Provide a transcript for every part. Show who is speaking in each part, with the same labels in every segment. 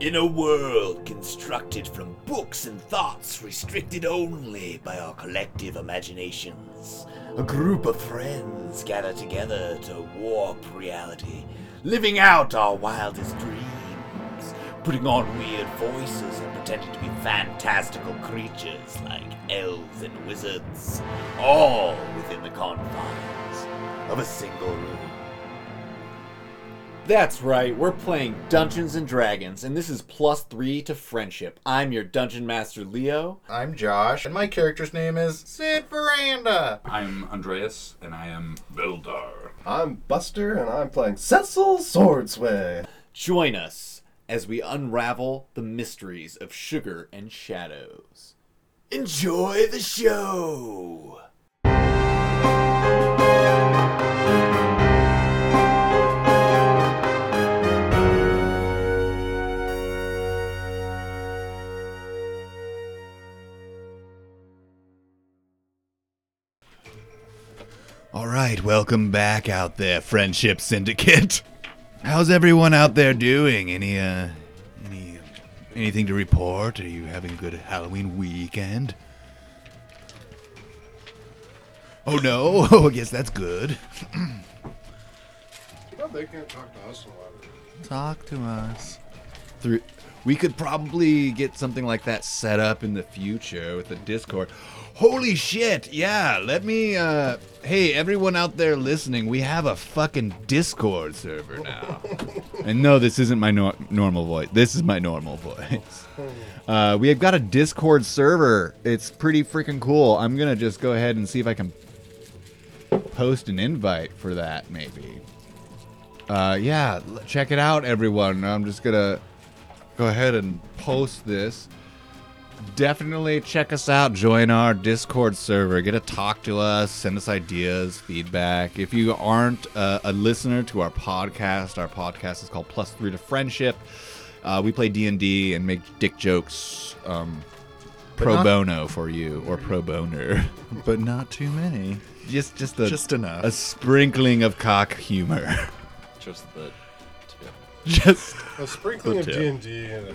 Speaker 1: In a world constructed from books and thoughts restricted only by our collective imaginations, a group of friends gather together to warp reality, living out our wildest dreams, putting on weird voices and pretending to be fantastical creatures like elves and wizards, all within the confines of a single room.
Speaker 2: That's right, we're playing Dungeons and Dragons, and this is plus three to friendship. I'm your Dungeon Master Leo.
Speaker 3: I'm Josh, and my character's name is Sid Veranda.
Speaker 4: I'm Andreas, and I am Bildar.
Speaker 5: I'm Buster, and I'm playing Cecil Swordsway.
Speaker 2: Join us as we unravel the mysteries of sugar and shadows.
Speaker 1: Enjoy the show!
Speaker 6: All right, welcome back out there, Friendship Syndicate. How's everyone out there doing? Any uh any anything to report? Are you having a good Halloween weekend? Oh no. Oh, I guess that's good.
Speaker 5: Well, Oh, they can't talk to us a lot.
Speaker 6: Talk to us. Through we could probably get something like that set up in the future with the Discord. Holy shit. Yeah, let me uh hey, everyone out there listening, we have a fucking Discord server now. and no, this isn't my nor- normal voice. This is my normal voice. Uh, we have got a Discord server. It's pretty freaking cool. I'm going to just go ahead and see if I can post an invite for that maybe. Uh, yeah, l- check it out, everyone. I'm just gonna go ahead and post this. Definitely check us out. Join our Discord server. Get to talk to us. Send us ideas, feedback. If you aren't uh, a listener to our podcast, our podcast is called Plus Three to Friendship. Uh, we play D and D and make dick jokes um, pro
Speaker 5: not-
Speaker 6: bono for you or pro boner,
Speaker 5: But not too many.
Speaker 6: just just a
Speaker 5: Just enough.
Speaker 6: a sprinkling of cock humor.
Speaker 7: Just the
Speaker 6: just
Speaker 5: A sprinkling of
Speaker 6: Hotel.
Speaker 5: D&D and a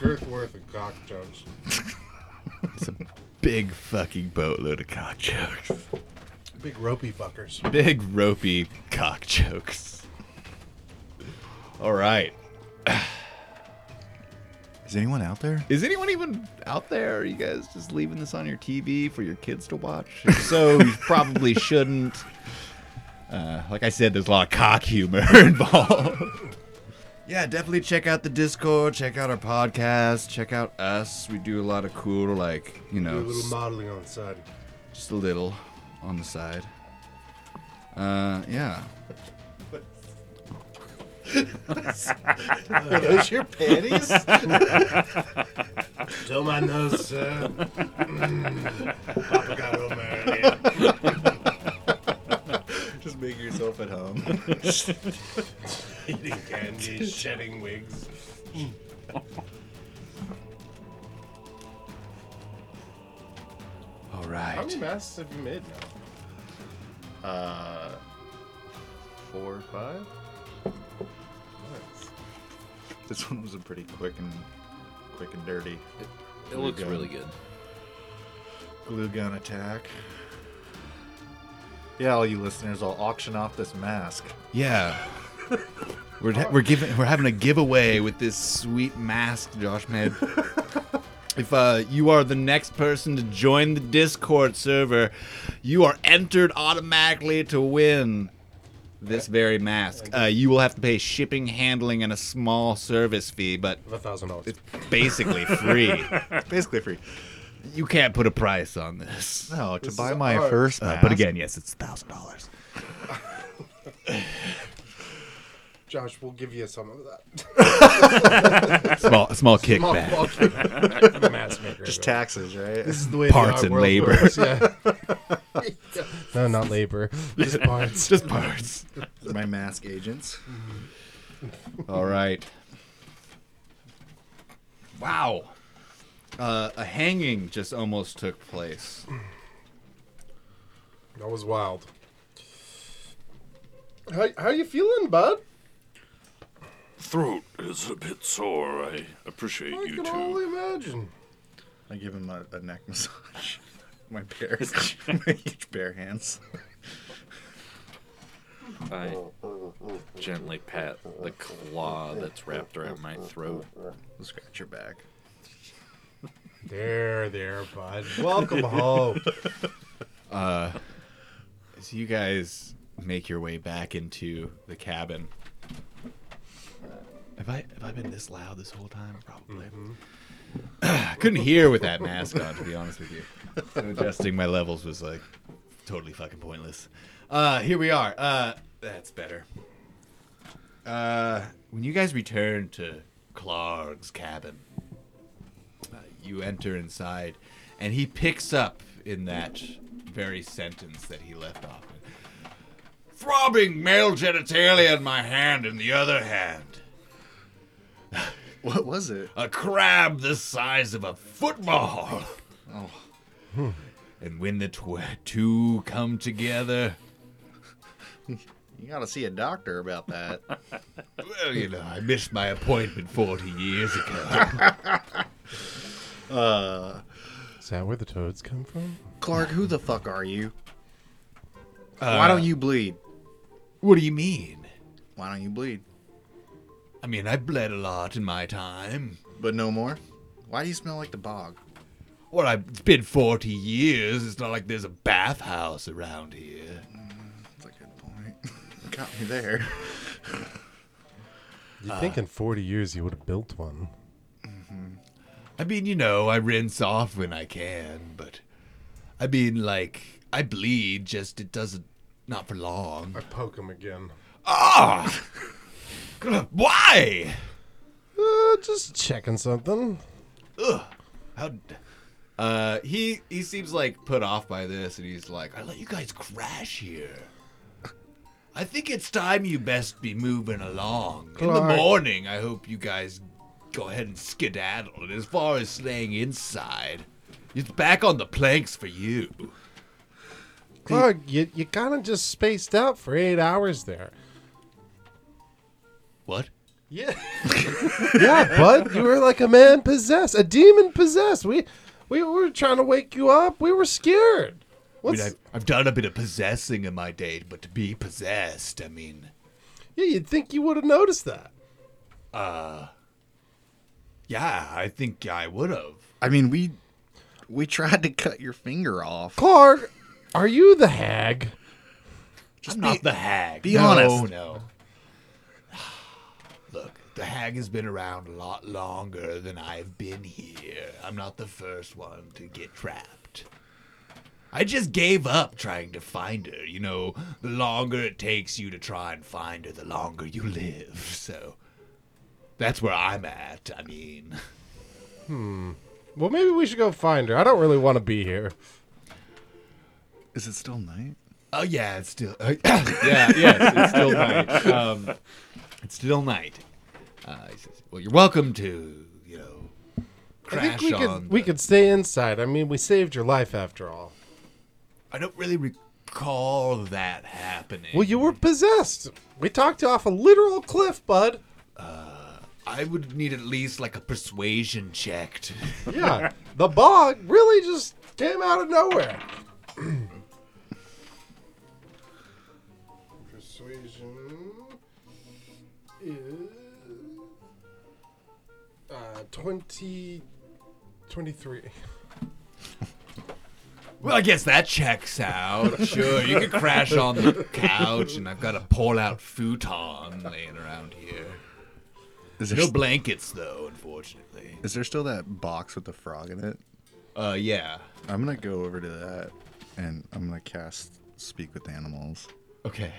Speaker 5: girth worth of cock jokes.
Speaker 6: It's a big fucking boatload of cock jokes.
Speaker 5: Big ropey fuckers.
Speaker 6: Big ropey cock jokes. All right.
Speaker 7: Is anyone out there?
Speaker 6: Is anyone even out there? Are you guys just leaving this on your TV for your kids to watch? If so, you probably shouldn't. Uh, like I said, there's a lot of cock humor involved. Yeah, definitely check out the Discord, check out our podcast, check out us. We do a lot of cool, like, you
Speaker 5: Do a
Speaker 6: know,
Speaker 5: little modeling on the side.
Speaker 6: just a little on the side. Uh, yeah.
Speaker 5: Are those your panties? Don't mind those. Uh, mm, Papa got over earlier.
Speaker 6: Just make yourself at home.
Speaker 5: Eating candy, shedding wigs.
Speaker 6: All
Speaker 5: How many
Speaker 6: right.
Speaker 5: masks have you made now?
Speaker 7: Uh, four or five.
Speaker 6: This one was a pretty quick and quick and dirty
Speaker 7: It looks really good.
Speaker 6: glue gun attack.
Speaker 8: Yeah, all you listeners, I'll auction off this mask.
Speaker 6: Yeah. We're, ha- we're giving we're having a giveaway with this sweet mask Josh made. if uh, you are the next person to join the Discord server, you are entered automatically to win this very mask. Uh, you will have to pay shipping, handling, and a small service fee, but
Speaker 5: A thousand dollars.
Speaker 6: it's basically free.
Speaker 8: Basically free.
Speaker 6: you can't put a price on this.
Speaker 8: No, to
Speaker 5: This
Speaker 8: buy
Speaker 5: is
Speaker 8: my
Speaker 5: art.
Speaker 8: first
Speaker 6: Uh,
Speaker 8: mask.
Speaker 6: but again, yes, it's thousand dollars.
Speaker 5: Josh, we'll give you some of that.
Speaker 6: Small
Speaker 5: Small
Speaker 6: small kickback.
Speaker 5: bulk- the mask maker.
Speaker 8: just taxes, right?
Speaker 5: This is the way the
Speaker 6: Parts
Speaker 5: art
Speaker 6: and
Speaker 5: world
Speaker 6: labor.
Speaker 5: works, yeah. no, not labor. Just parts.
Speaker 6: Just parts.
Speaker 8: my mask agents.
Speaker 6: All right. Wow. Uh, a hanging just almost took place.
Speaker 5: That was wild. How how you feeling, bud?
Speaker 4: throat is a bit sore. I appreciate
Speaker 9: I
Speaker 4: you
Speaker 9: can
Speaker 4: two.
Speaker 9: only imagine.
Speaker 8: I give him a, a neck massage. My bare, my huge bare hands.
Speaker 10: I gently pat the claw that's wrapped around my throat.
Speaker 8: Scratch your back.
Speaker 9: There, there, bud. Welcome home.
Speaker 6: So you guys make your way back into the cabin. Have I have I been this loud this whole time? Probably. I couldn't hear with that mask on, to be honest with you. So adjusting my levels was like totally fucking pointless. Uh, here we are. Uh, that's better. Uh, when you guys return to Clark's cabin, uh, you enter inside, and he picks up in that very sentence that he left off. with. Throbbing male genitalia in my hand, in the other hand,
Speaker 8: What was it?
Speaker 6: a crab the size of a football. Oh. And when the tw- two come together,
Speaker 8: You gotta see a doctor about that.
Speaker 6: well, Oh, you know, I missed my appointment 40 years ago.
Speaker 9: Is that where the toads come from?
Speaker 8: Clark, who the fuck are you? Why don't you bleed?
Speaker 6: What do you mean?
Speaker 8: Why don't you bleed?
Speaker 6: I mean, I bled a lot in my time.
Speaker 8: But no more? Why do you smell like the bog?
Speaker 6: Well, I, it's been 40 years. It's not like there's a bathhouse around here.
Speaker 8: That's a good point. Got me there.
Speaker 9: You think in 40 years you would have built one?
Speaker 6: I mean, you know, I rinse off when I can, but I mean, like, I bleed, just it doesn't, not for long.
Speaker 9: I poke him again.
Speaker 6: Ah! Why?
Speaker 9: Uh, just checking something.
Speaker 6: How. d- Uh, he he seems like put off by this, and he's like, "I let you guys crash here. I think it's time you best be moving along. In the
Speaker 9: Clark.
Speaker 6: morning, I hope you guys go ahead and skedaddle. And as far as staying inside, it's back on the planks for you.
Speaker 9: Clark, you, you kind of just spaced out for eight hours there.
Speaker 6: What?
Speaker 9: Yeah. yeah, bud. You were like a man possessed, a demon possessed. We, we were trying to wake you up. We were scared.
Speaker 6: I mean,
Speaker 9: What's,
Speaker 6: I've, I've done a bit of possessing in my day, but to be possessed, I mean,
Speaker 9: yeah, you'd think you would have noticed that.
Speaker 6: yeah, I think I would have."
Speaker 8: I mean, we we tried to cut your finger off.
Speaker 9: Clark, are you the hag?
Speaker 6: I'm not the hag.
Speaker 8: be
Speaker 6: no,
Speaker 8: honest.
Speaker 6: No. Look, the hag has been around a lot longer than I've been here. I'm not the first one to get trapped. I just gave up trying to find her. You know, the longer it takes you to try and find her, the longer you live. So that's where I'm at. I mean,
Speaker 9: Well, maybe we should go find her. I don't really want to be here.
Speaker 8: Is it still night?
Speaker 6: oh yeah, it's still yeah, yes, it's still night. Um, it's still night. Uh, he says, well, you're welcome to you know crash
Speaker 9: I think we
Speaker 6: on
Speaker 9: could we
Speaker 6: the-
Speaker 9: could stay inside. I mean, we saved your life after all.
Speaker 6: I don't really recall that happening.
Speaker 9: Well, you were possessed. We talked you off a literal cliff, bud.
Speaker 6: I would need at least like a persuasion check. To...
Speaker 9: Yeah, the bog really just came out of nowhere. Persuasion is uh, 20, 23.
Speaker 6: Well, I guess that checks out. Sure, you could crash on the couch, and I've got a pull-out futon laying around here.
Speaker 8: Is there,
Speaker 6: No
Speaker 8: s-
Speaker 6: blankets, though, unfortunately.
Speaker 8: is there still that box with the frog in it?
Speaker 6: Uh, yeah.
Speaker 8: I'm gonna go over to that and I'm gonna cast Speak with Animals.
Speaker 6: Okay.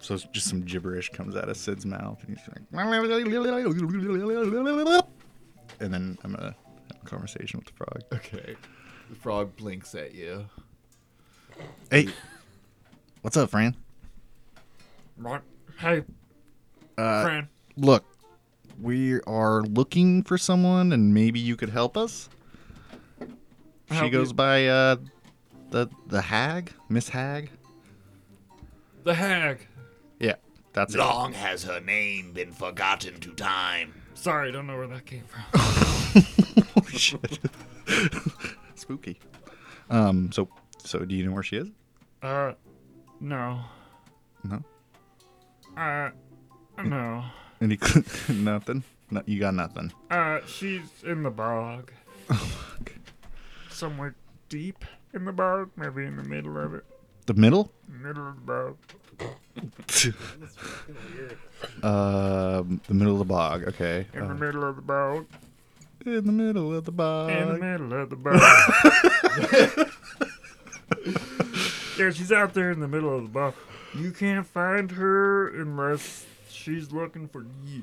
Speaker 8: So it's just some gibberish comes out of Sid's mouth, and he's like, and then I'm gonna have a conversation with the frog.
Speaker 6: Okay. The frog blinks at you.
Speaker 8: Hey, what's up, Fran?
Speaker 10: Hey,
Speaker 8: Uh,
Speaker 10: Fran.
Speaker 8: Look, we are looking for someone, and maybe you could help us. She
Speaker 10: Help
Speaker 8: goes
Speaker 10: you-
Speaker 8: by uh, the the hag, Miss Hag.
Speaker 10: The hag.
Speaker 8: Yeah, That's it.
Speaker 6: Long has her name been forgotten to time.
Speaker 10: Sorry, don't know where that came from.
Speaker 8: Spooky. Um. So, so do you know where she is?
Speaker 10: Uh, no.
Speaker 8: No?
Speaker 10: Uh, no.
Speaker 8: Any nothing? No, you got nothing.
Speaker 10: Uh, she's in the bog. Somewhere deep in the bog, maybe in the middle of it.
Speaker 8: The middle?
Speaker 10: Middle of the bog.
Speaker 8: Um. The middle of the bog. Okay.
Speaker 10: In the
Speaker 8: Uh,
Speaker 10: middle of the bog.
Speaker 8: in the middle of the
Speaker 10: In the
Speaker 8: bog.
Speaker 10: middle of the bog. yeah, she's out there in the middle of the bog. You can't find her unless she's looking for you.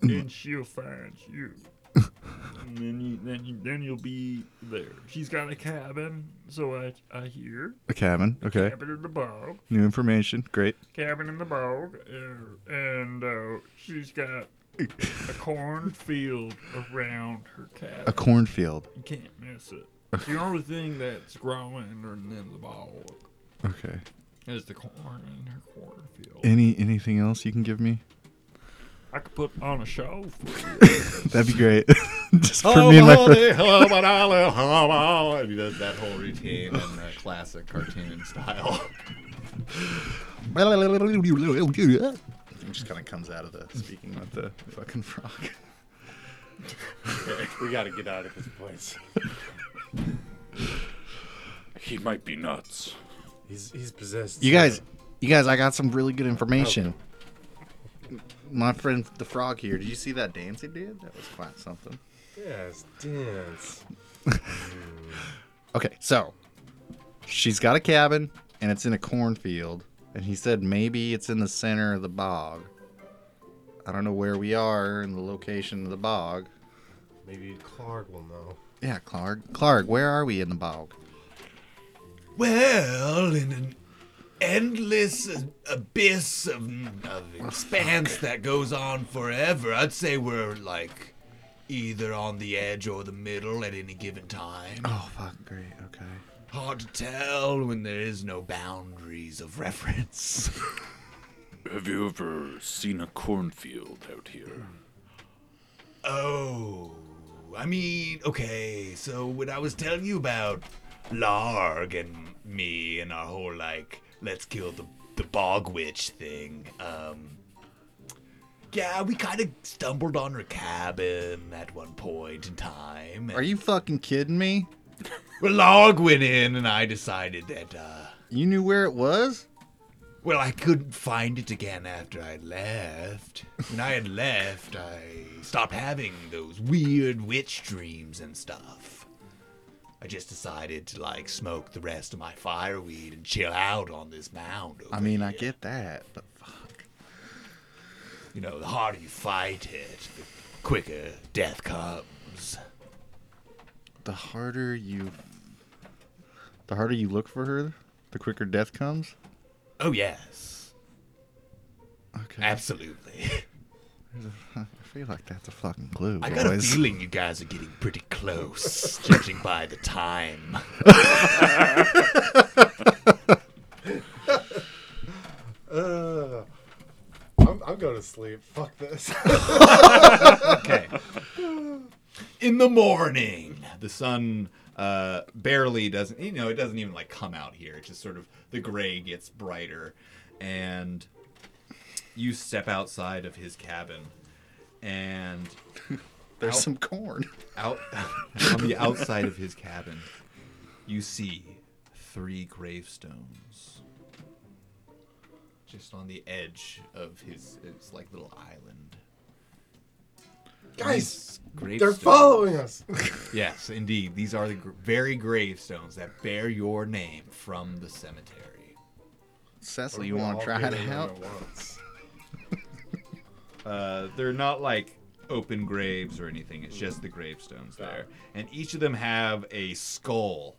Speaker 10: Then she'll find you. and then you, then you, then you'll be there. She's got a cabin, so I, I hear.
Speaker 8: A cabin. Okay.
Speaker 10: Cabin in the bog.
Speaker 8: New information. Great.
Speaker 10: Cabin in the bog, uh, and uh, she's got a cornfield around her cabin.
Speaker 8: A cornfield.
Speaker 10: You can't miss it. It's the only thing that's growing in the bog
Speaker 8: Okay.
Speaker 10: is the corn in her cornfield.
Speaker 8: Any anything else you can give me?
Speaker 10: I could put on a show for you.
Speaker 8: That'd be great. Just for me and my friend.
Speaker 11: hello, my darling, hello, my- and he does that whole routine in uh, classic cartoon style.
Speaker 8: It just kind of comes out of the speaking with the fucking frog.
Speaker 12: We gotta get out of this place.
Speaker 4: He might be nuts.
Speaker 9: He's he's possessed.
Speaker 8: You guys, you guys, I got some really good information. My friend the frog here. Did you see that dance he did? That was quite something.
Speaker 9: Yes, dance.
Speaker 8: Okay, so she's got a cabin and it's in a cornfield, and he said maybe it's in the center of the bog. I don't know where we are in the location of the bog.
Speaker 9: Maybe Clark will know.
Speaker 8: Yeah, Clark. Clark, where are we in the bog?
Speaker 6: Well, in an endless a- abyss of, of expanse that goes on forever, I'd say we're like either on the edge or the middle at any given time.
Speaker 8: Oh fuck, great. Okay.
Speaker 6: Hard to tell when there is no boundaries of reference.
Speaker 4: Have you ever seen a cornfield out here?
Speaker 6: Oh, I mean, okay, so when I was telling you about Larg and me and our whole, like, let's kill the, the bog witch thing, um, yeah, we kind of stumbled on her cabin at one point in time.
Speaker 8: Are you fucking kidding me?
Speaker 6: Well, Larg went in and I decided that, uh,
Speaker 8: You knew where it was?
Speaker 6: Well, I couldn't find it again after I left. When I had left, I stopped having those weird witch dreams and stuff. I just decided to like smoke the rest of my fireweed and chill out on this mound. Over
Speaker 8: I mean, I
Speaker 6: here.
Speaker 8: get that, but fuck.
Speaker 6: you know, the harder you fight it, the quicker death comes.
Speaker 8: The harder you, the harder you look for her, the quicker death comes.
Speaker 6: Oh yes,
Speaker 8: Okay.
Speaker 6: absolutely.
Speaker 8: I feel like that's a fucking clue,
Speaker 6: I got a
Speaker 8: boys.
Speaker 6: feeling you guys are getting pretty close, judging by the time.
Speaker 9: Uh, I'm, I'm going to sleep. Fuck this.
Speaker 11: in the morning. The sun uh, barely doesn't, you know, it doesn't even like come out here. It just sort of the gray gets brighter, and you step outside of his cabin, and
Speaker 8: There's some corn.
Speaker 11: out on the outside of his cabin, you see three gravestones. Just on the edge of his, it's like little island.
Speaker 9: guys, they're
Speaker 11: Gravestones.
Speaker 9: following us.
Speaker 11: Yes, indeed. These are the gr- very gravestones that bear your name from the cemetery.
Speaker 8: Cecil, you want to try it out?
Speaker 11: Uh, they're not like open graves or anything. It's just the gravestones there, and each of them have a skull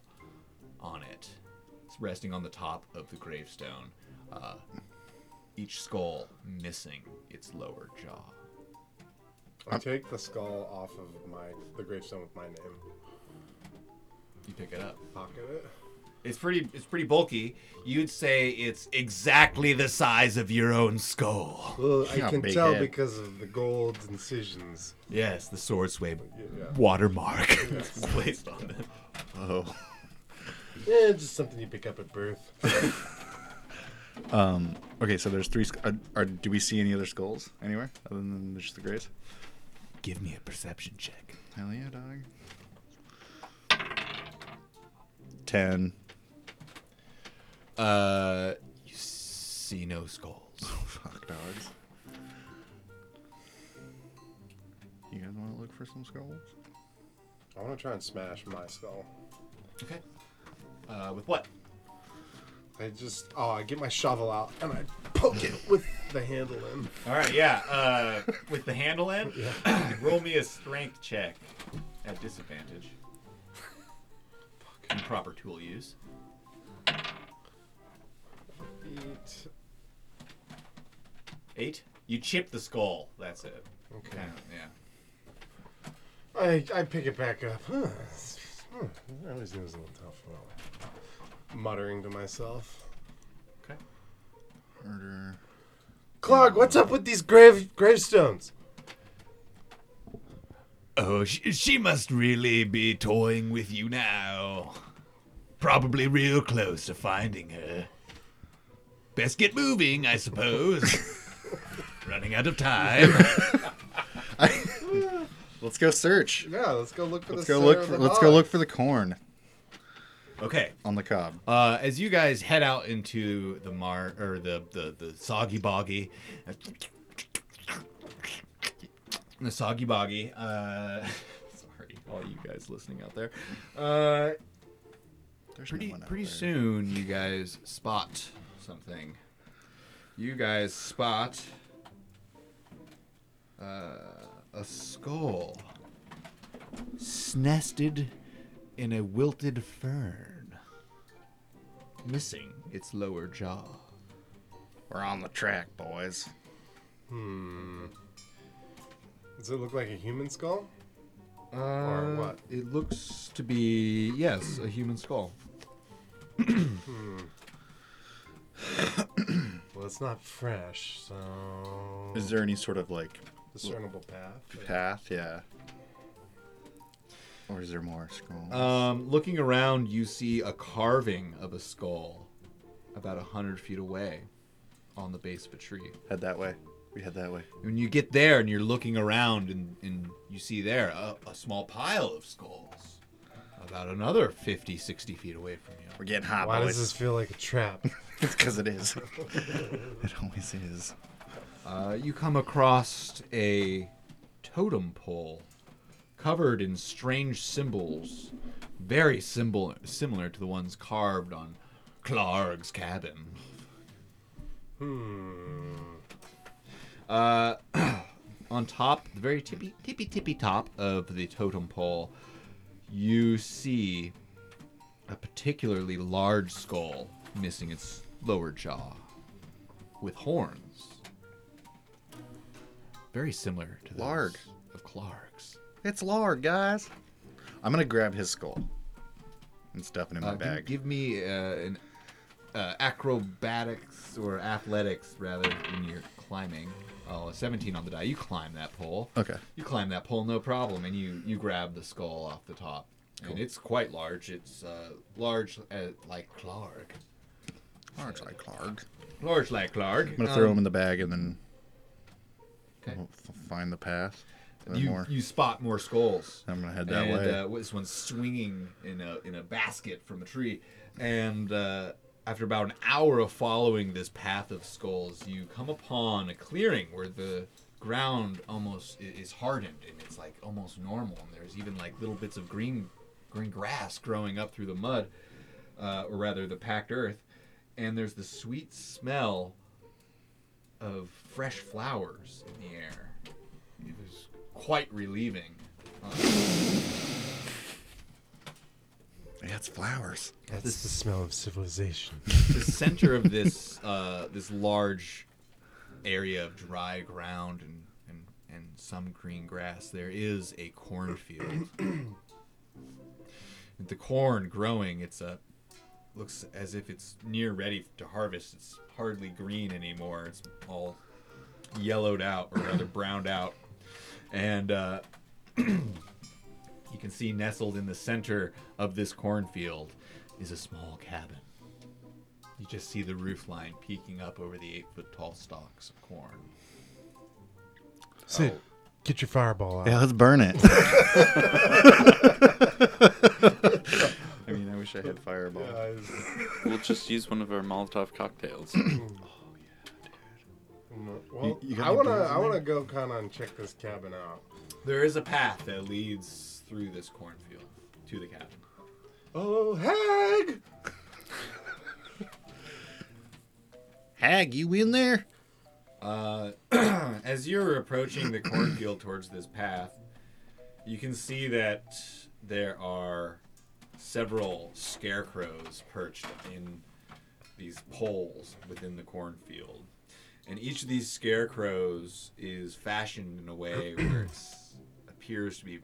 Speaker 11: on it. It's resting on the top of the gravestone. Uh, each skull missing its lower jaw.
Speaker 9: I take the skull off of my the gravestone with my name.
Speaker 11: You pick it up.
Speaker 9: Pocket it.
Speaker 11: It's pretty. It's pretty bulky. You'd say it's exactly the size of your own skull.
Speaker 9: Well, I can tell because of the gold incisions.
Speaker 11: Yes, the sword sway
Speaker 9: Yeah.
Speaker 11: watermark
Speaker 9: Yes.
Speaker 11: placed on them.
Speaker 9: Oh. Yeah, just something you pick up at birth.
Speaker 8: Um. Okay, so there's three. Sc- are, are, do we see any other skulls anywhere other than just the graves?
Speaker 11: Give me a perception check.
Speaker 8: Hell yeah, dog. Ten.
Speaker 11: Uh, you see no skulls.
Speaker 8: Fuck dogs. You guys want to look for some skulls?
Speaker 9: I want to try and smash my skull.
Speaker 11: Okay. Uh, with what?
Speaker 9: I just oh, I get my shovel out and I poke it with the handle in.
Speaker 11: All right, yeah. Uh, with the handle in, roll me a strength check at disadvantage. Improper tool use.
Speaker 9: Eight.
Speaker 11: Eight. You chip the skull. That's it.
Speaker 9: Okay.
Speaker 11: Kinda, yeah.
Speaker 9: I, I pick it back up. Huh. Hmm, I always knew it was a little tough. Well, muttering to myself.
Speaker 11: Okay.
Speaker 8: Murder.
Speaker 9: Clark, what's up with these grave gravestones?
Speaker 7: Oh, she, she must really be toying with you now. Probably real close to finding her.
Speaker 11: Best get moving, I suppose. Running out of time.
Speaker 8: Let's go search.
Speaker 9: Yeah, let's go look for
Speaker 8: Let's
Speaker 9: the
Speaker 8: go
Speaker 9: center
Speaker 8: look.
Speaker 9: of
Speaker 8: For,
Speaker 9: the
Speaker 8: let's go
Speaker 9: hog.
Speaker 8: look for the corn
Speaker 11: Okay.
Speaker 8: on the cob.
Speaker 11: Uh, as you guys head out into the mar or the the, the soggy boggy, the soggy boggy. Uh, sorry, all you guys listening out there. Uh, pretty pretty soon, you guys spot something. You guys spot uh, a skull snested in a wilted fern, missing its lower jaw.
Speaker 8: We're on the track, boys.
Speaker 9: Hmm. Does it look like a human skull?
Speaker 11: or
Speaker 9: what?
Speaker 11: Uh, It looks to be yes, a human skull.
Speaker 9: Hmm. well, it's not fresh, so.
Speaker 8: Is there any sort of like
Speaker 9: discernible path?
Speaker 8: path? Yeah. Or is there more scroll?
Speaker 11: Um, looking around, you see a carving of a skull, about a hundred feet away, on the base of a tree.
Speaker 8: Head that way. We head that way.
Speaker 11: When you get there and you're looking around and, and you see there a, a small pile of skulls, about another 50, 60 feet away from you.
Speaker 8: We're getting hot,
Speaker 9: Why
Speaker 8: boys.
Speaker 9: does this feel like a trap?
Speaker 8: it's because it is. it always is.
Speaker 11: Uh, you come across a totem pole covered in strange symbols, very symbol similar to the ones carved on Clarg's cabin.
Speaker 9: Hmm.
Speaker 11: Uh, on top, the very tippy, tippy, tippy top of the totem pole, you see a particularly large skull missing its lower jaw with horns. Very similar to those
Speaker 8: Larg.
Speaker 11: of Clark's.
Speaker 8: It's Lard, guys. I'm gonna grab his skull and stuff it in my
Speaker 11: Uh, give-
Speaker 8: bag.
Speaker 11: Give, me uh, an uh, acrobatics or athletics rather when you're climbing. Oh, a 17 on the die. You climb that pole.
Speaker 8: Okay.
Speaker 11: You climb that pole, no problem, and you you grab the skull off the top. And it's quite large. It's uh, large uh, like Clark.
Speaker 8: Large like Clark.
Speaker 11: Large like Clark.
Speaker 8: I'm gonna throw him in the bag and then
Speaker 11: Um, Okay.
Speaker 8: we'll f- find the path. Is there
Speaker 11: You,
Speaker 8: more?
Speaker 11: you spot more skulls.
Speaker 8: I'm gonna head that
Speaker 11: and,
Speaker 8: way.
Speaker 11: Uh, this one's swinging in a in a basket from a tree, and uh, after about an hour of following this path of skulls, you come upon a clearing where the ground almost i- is hardened and it's like almost normal, and there's even like little bits of green green grass growing up through the mud, uh, or rather the packed earth, and there's the sweet smell of fresh flowers in the air. It was quite relieving.
Speaker 8: Yeah, it's flowers.
Speaker 9: That's the smell of civilization.
Speaker 8: Oh.
Speaker 11: the center of this uh, this large area of dry ground and, and, and some green grass, there is a cornfield. the corn growing, it's a looks as if it's near ready to harvest. It's hardly green anymore. It's all yellowed out, or rather browned out. And uh, you can see nestled in the center of this cornfield is a small cabin. You just see the roof line peeking up over the eight foot tall stalks of corn.
Speaker 5: Sid, get your fireball out.
Speaker 8: Yeah, let's burn it.
Speaker 11: I mean, I wish I had
Speaker 8: fireball.
Speaker 4: we'll just use one of our Molotov cocktails.
Speaker 9: Well,
Speaker 4: you got
Speaker 9: I
Speaker 4: any
Speaker 9: wanna,
Speaker 4: birds in
Speaker 9: I wanna
Speaker 4: there?
Speaker 9: go kind of and check this cabin out.
Speaker 11: There is a path that leads through this cornfield to the cabin.
Speaker 9: Oh, hag!
Speaker 8: Hag, you in there?
Speaker 11: Uh, as you're approaching the cornfield towards this path, you can see that there are several scarecrows perched in these poles within the cornfield. And each of these scarecrows is fashioned in a way where it appears to be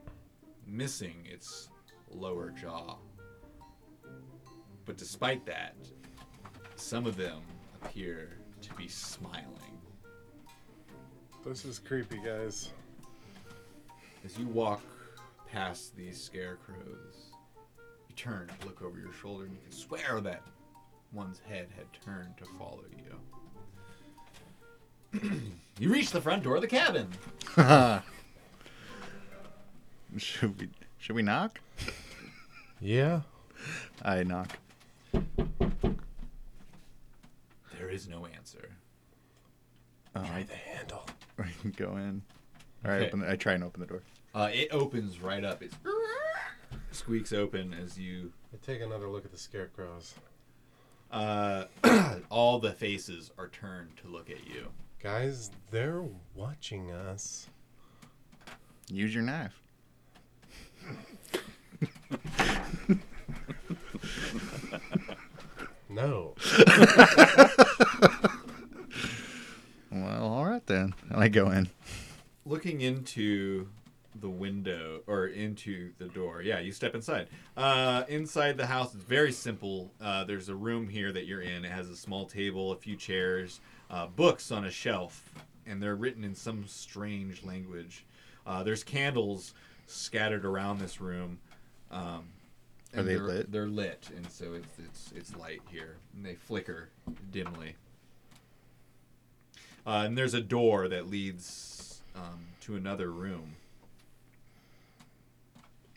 Speaker 11: missing its lower jaw. But despite that, some of them appear to be smiling.
Speaker 9: This is creepy, guys.
Speaker 11: As you walk past these scarecrows, you turn to look over your shoulder and you can swear that one's head had turned to follow you. you reach the front door of the cabin.
Speaker 8: should we should we knock?
Speaker 5: Yeah.
Speaker 8: I knock.
Speaker 11: There is no answer.
Speaker 8: Try
Speaker 11: the
Speaker 8: handle. Go in. All right,
Speaker 11: Okay.
Speaker 8: open the, I try and open the door.
Speaker 11: Uh, it opens right up. It squeaks open as you
Speaker 9: I take another look at the scarecrows.
Speaker 11: uh, all the faces are turned to look at you.
Speaker 9: Guys, they're watching us.
Speaker 8: Use your knife.
Speaker 9: No.
Speaker 8: Well, all right then. And I go in.
Speaker 11: looking into the window or into the door. Yeah, you step inside. Uh, inside the house, it's very simple. Uh, there's a room here that you're in. It has a small table, a few chairs, uh, books on a shelf, and they're written in some strange language. Uh, there's candles scattered around this room. Um,
Speaker 8: Are
Speaker 11: and
Speaker 8: they
Speaker 11: they're-
Speaker 8: lit?
Speaker 11: They're lit, and so it's it's it's light here, and they flicker dimly. Uh, and there's a door that leads um, to another room.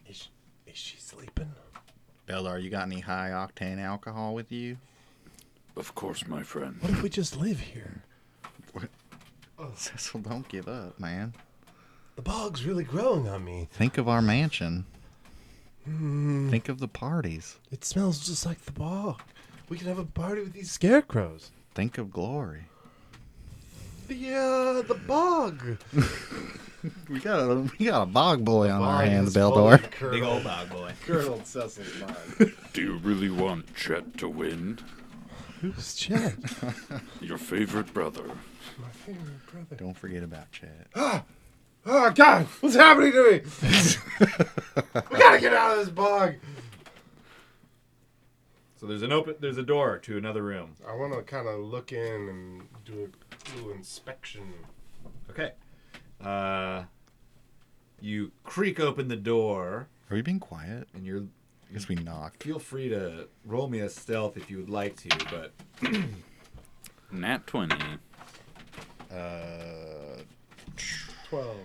Speaker 9: Is, is she sleeping?
Speaker 8: Bellar, you got any high octane alcohol with you?
Speaker 4: Of course, my friend.
Speaker 5: What if we just live here?
Speaker 8: Cecil, don't give up, man.
Speaker 9: The bog's really growing on me.
Speaker 8: Think of our mansion.
Speaker 5: Hmm.
Speaker 8: Think of the parties.
Speaker 5: It smells just like the bog. We could have a party with these scarecrows.
Speaker 8: Think of glory.
Speaker 5: The uh, the bog.
Speaker 8: We got a we got a bog boy on our hands,
Speaker 4: fully
Speaker 8: Beldor.
Speaker 4: Big old bog boy.
Speaker 9: Colonel Cecil's mind.
Speaker 4: Do you really want Chet to win?
Speaker 5: Who's Chet?
Speaker 4: Your favorite brother.
Speaker 9: My favorite brother.
Speaker 8: Don't forget about Chad.
Speaker 9: Ah! Oh, God! What's happening to me? we gotta get out of this bog!
Speaker 11: So there's an open there's a door to another room.
Speaker 9: I wanna kind of look in and do a little inspection.
Speaker 11: Okay. Uh, you creak open the door.
Speaker 8: Are we being quiet?
Speaker 11: And you're.
Speaker 8: Because we knocked.
Speaker 11: Feel free to roll me a stealth if you would like to, but
Speaker 4: Nat 20.
Speaker 8: Uh,
Speaker 9: 12.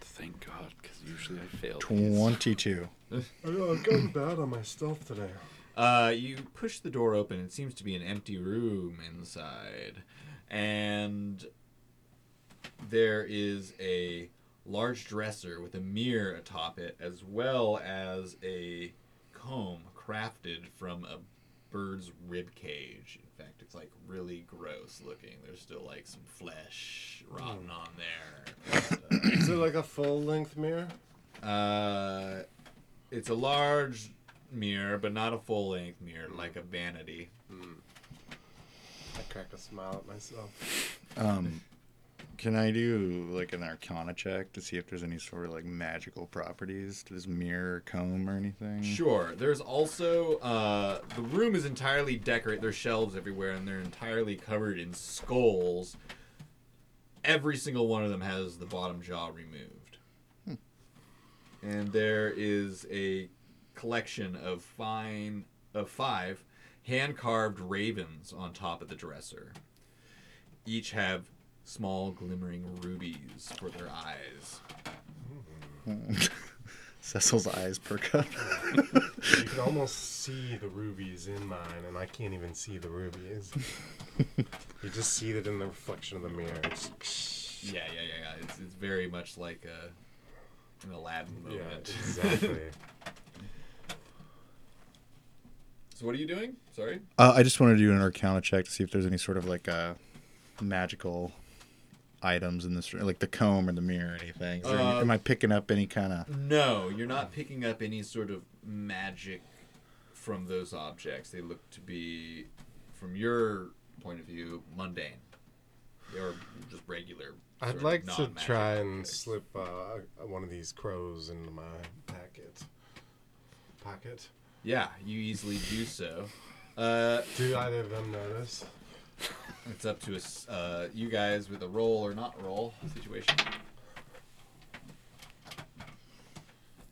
Speaker 4: Thank God, because usually I fail.
Speaker 8: Twenty-two.
Speaker 9: I know, I've gotten bad on my stealth today.
Speaker 11: Uh, you push the door open. It seems to be an empty room inside, and there is a large dresser with a mirror atop it, as well as a comb crafted from a bird's rib cage. In fact, it's like really gross looking. There's still like some flesh rotting on there.
Speaker 9: Is it like a full length mirror?
Speaker 11: Uh, it's a large mirror, but not a full length mirror, like a vanity.
Speaker 9: I crack a smile at myself.
Speaker 8: Um, Can I do like an arcana check to see if there's any sort of like magical properties to this mirror or comb or anything?
Speaker 11: Sure. There's also uh, the room is entirely decorated. There's shelves everywhere, and they're entirely covered in skulls. Every single one of them has the bottom jaw removed, and there is a collection of fine of five hand carved ravens on top of the dresser. Each have small glimmering rubies for their eyes.
Speaker 8: Cecil's eyes perk up.
Speaker 9: you can almost see the rubies in mine, and I can't even see the rubies. you just see it in the reflection of the mirror. It's-
Speaker 11: Yeah, yeah, yeah, yeah. It's, it's very much like a, an Aladdin moment.
Speaker 9: yeah, exactly.
Speaker 11: so what are you doing? Sorry.
Speaker 8: Uh, I just want to do an arcana check to see if there's any sort of like uh, magical items in this room, like the comb or the mirror or anything. Is there any-
Speaker 11: Uh,
Speaker 8: am I picking up any kind of?
Speaker 11: No, you're not picking up any sort of magic from those objects. They look to be, from your point of view, mundane. They are just regular. sort
Speaker 9: I'd
Speaker 11: of
Speaker 9: like to
Speaker 11: non-magic.
Speaker 9: try and slip uh, one of these crows into my packet. Pocket.
Speaker 11: Yeah, you easily do so. Uh,
Speaker 9: Do either of them notice?
Speaker 11: It's up to us, uh, you guys, with a roll or not roll situation.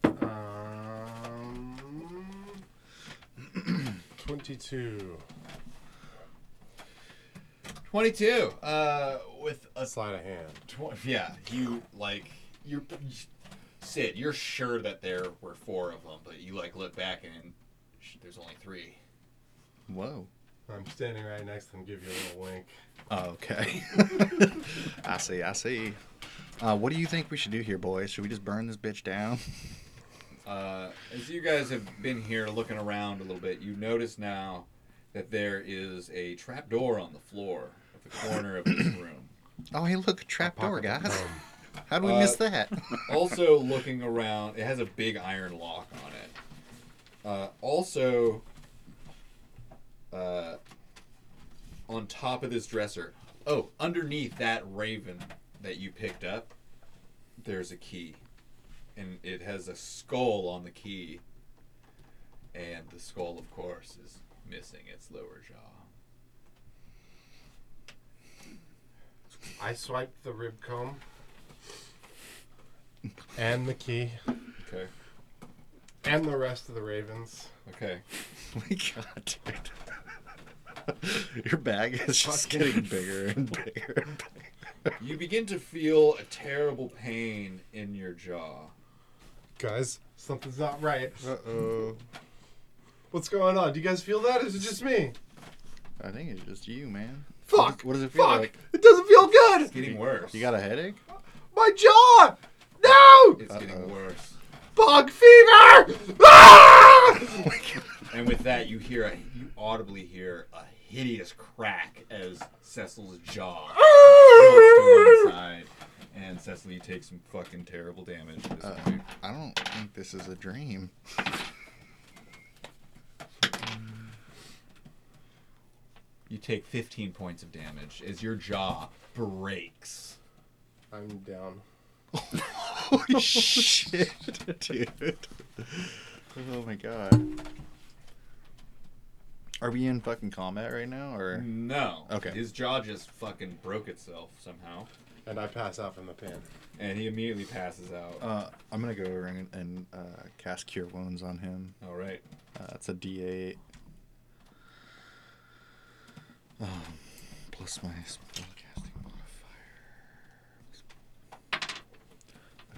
Speaker 9: Um, 22.
Speaker 11: 22 uh with a
Speaker 9: sleight of hand
Speaker 11: tw- yeah you like you're sid you're sure that there were four of them but you like look back and sh- there's only three
Speaker 8: Whoa.
Speaker 9: I'm standing right next to them. Give you a little wink.
Speaker 8: Oh, okay. I see. I see. Uh, what do you think we should do here, boys? Should we just burn this bitch down?
Speaker 11: uh as you guys have been here looking around a little bit you notice now that there is a trap door on the floor at the corner of this room
Speaker 8: Oh, hey, look, trap door, guys. How did we
Speaker 11: Uh,
Speaker 8: miss that?
Speaker 11: also, looking around, it has a big iron lock on it. Uh, also, uh, on top of this dresser, oh, underneath that raven that you picked up, there's a key. And it has a skull on the key. And the skull, of course, is missing its lower jaw.
Speaker 9: I swiped the rib comb and the key
Speaker 11: Okay.
Speaker 9: and the rest of the ravens.
Speaker 11: Okay.
Speaker 8: my God, dude. Your bag is just getting bigger and bigger and bigger.
Speaker 11: You begin to feel a terrible pain in your jaw.
Speaker 9: Guys, something's not right.
Speaker 8: Uh oh.
Speaker 9: What's going on? Do you guys feel that? Is it just me?
Speaker 8: I think it's just you, man.
Speaker 9: Fuck!
Speaker 8: What does it feel
Speaker 9: Fuck! Ah!
Speaker 8: like?
Speaker 9: It doesn't feel good! It's
Speaker 11: getting worse.
Speaker 8: You got a headache?
Speaker 9: My jaw! No!
Speaker 11: It's getting worse.
Speaker 9: Bog fever! Ah!
Speaker 8: Oh
Speaker 11: And with that, you hear a, you audibly hear a hideous crack as Cecil's jaw goes to one side, and Cecil, you take some fucking terrible damage. At this point.
Speaker 8: I don't think this is a dream.
Speaker 11: You take 15 points of damage as your jaw breaks.
Speaker 9: I'm down.
Speaker 8: Holy shit, dude. Oh my god. Are we in fucking combat right now, or
Speaker 11: Mm. No.
Speaker 8: Okay.
Speaker 11: His jaw just fucking broke itself somehow,
Speaker 9: And I pass out from the pan.
Speaker 11: and he immediately passes out.
Speaker 8: Uh, I'm gonna go over and, and uh, cast Cure Wounds on him.
Speaker 11: All right.
Speaker 8: Uh, it's a D8. Um, plus my spellcasting modifier.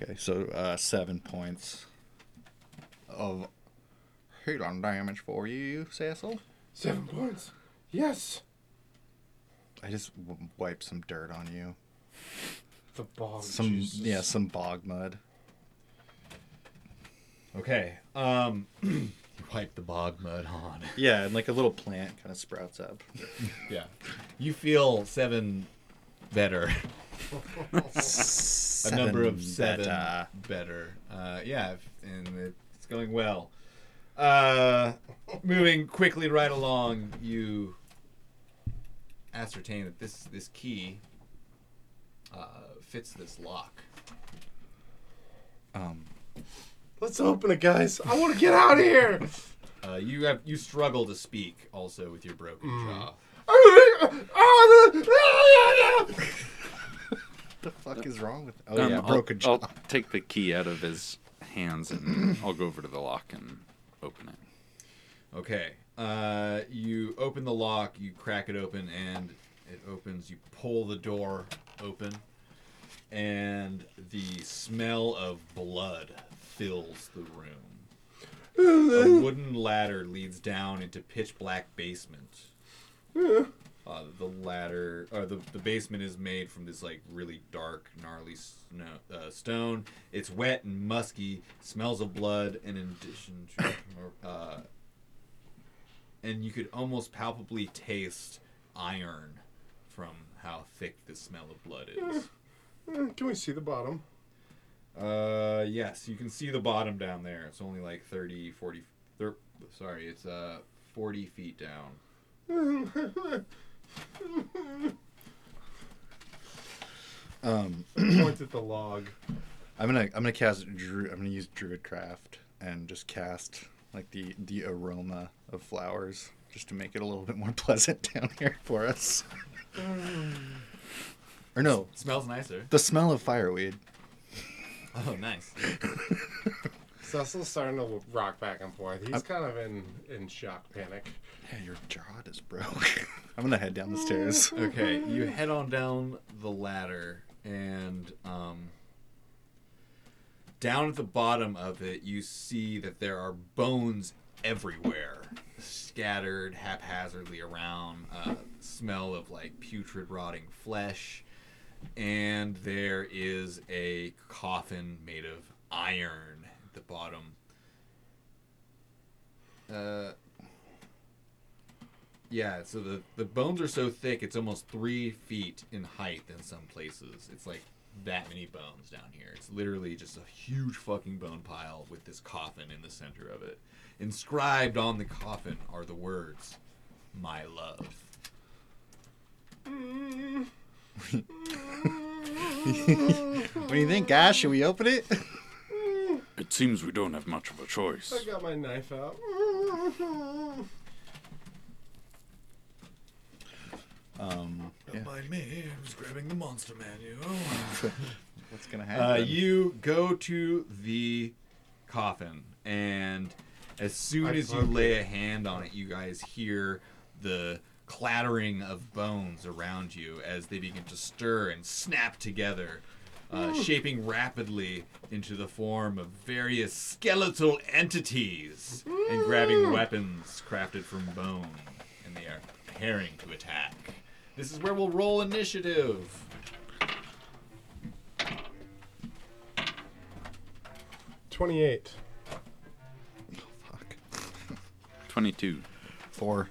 Speaker 8: Okay, so uh, seven points of healing damage for you, Cecil.
Speaker 9: Seven points. Yes.
Speaker 8: I just w- wiped some dirt on you.
Speaker 9: The bog.
Speaker 8: some
Speaker 9: juices.
Speaker 8: yeah, some bog mud.
Speaker 11: Okay. Um, you wipe the bog mud on.
Speaker 8: Yeah, and like a little plant kind of sprouts up.
Speaker 11: Yeah. You feel seven better.
Speaker 8: Seven
Speaker 11: a number of seven
Speaker 8: better.
Speaker 11: better. Uh, yeah, if- and it's going well. Uh, moving quickly right along, you ascertain that this this key uh, fits this lock.
Speaker 6: Um,
Speaker 3: Let's open it, guys. I want to get out of here.
Speaker 11: Uh, you have you struggle to speak also with your broken jaw.
Speaker 9: Ah!
Speaker 8: the fuck is wrong with? oh,
Speaker 4: Um, I'll-
Speaker 8: broken jaw.
Speaker 4: I'll take the key out of his hands and I'll go over to the lock and open it.
Speaker 11: Okay. Uh, you open the lock, you crack it open, and it opens. You pull the door open, and the smell of blood fills the room. A wooden ladder leads down into pitch black basement. Uh, the ladder, or the, the basement is made from this like really dark, gnarly snow, uh, stone. It's wet and musky, smells of blood, and in addition to, uh, and you could almost palpably taste iron from how thick the smell of blood is.
Speaker 9: Can we see the bottom?
Speaker 11: Uh, yes, you can see the bottom down there. It's only like 30, 40, thir- sorry, it's uh 40 feet down.
Speaker 8: Um,
Speaker 9: Point at the log.
Speaker 8: I'm gonna I'm gonna cast Dru I'm gonna use Druidcraft and just cast like the the aroma of flowers just to make it a little bit more pleasant down here for us. or no,
Speaker 11: smells nicer.
Speaker 8: The smell of fireweed.
Speaker 11: Oh, nice.
Speaker 9: Cecil's starting to rock back and forth. He's
Speaker 8: I'm-
Speaker 9: kind of in, in shock panic.
Speaker 8: Yeah, your jaw is broke. I'm gonna head down the stairs.
Speaker 11: Okay, you head on down the ladder, and um, down at the bottom of it, you see that there are bones everywhere, scattered haphazardly around. Uh, smell of like putrid, rotting flesh, and there is a coffin made of iron at the bottom. Uh, yeah, so the, the bones are so thick, it's almost three feet in height in some places. It's like that many bones down here. It's literally just a huge fucking bone pile with this coffin in the center of it. Inscribed on the coffin are the words, My love.
Speaker 8: what do you think, guys? Should we open it?
Speaker 4: It seems we don't have much of a choice.
Speaker 9: I got my knife out.
Speaker 8: Um,
Speaker 7: Don't mind me. I'm just grabbing the monster manual.
Speaker 8: What's gonna
Speaker 11: Uh, you go to the coffin, and as soon
Speaker 7: I
Speaker 11: as you
Speaker 7: poke
Speaker 11: lay a hand on it, you guys hear the clattering of bones around you as they begin to stir and snap together, uh,
Speaker 7: Ooh.
Speaker 11: shaping rapidly into the form of various skeletal entities and grabbing
Speaker 7: Ooh.
Speaker 11: weapons crafted from bone, and they are preparing to attack. This is where we'll roll initiative.
Speaker 9: Twenty-eight.
Speaker 4: 22.
Speaker 8: Four.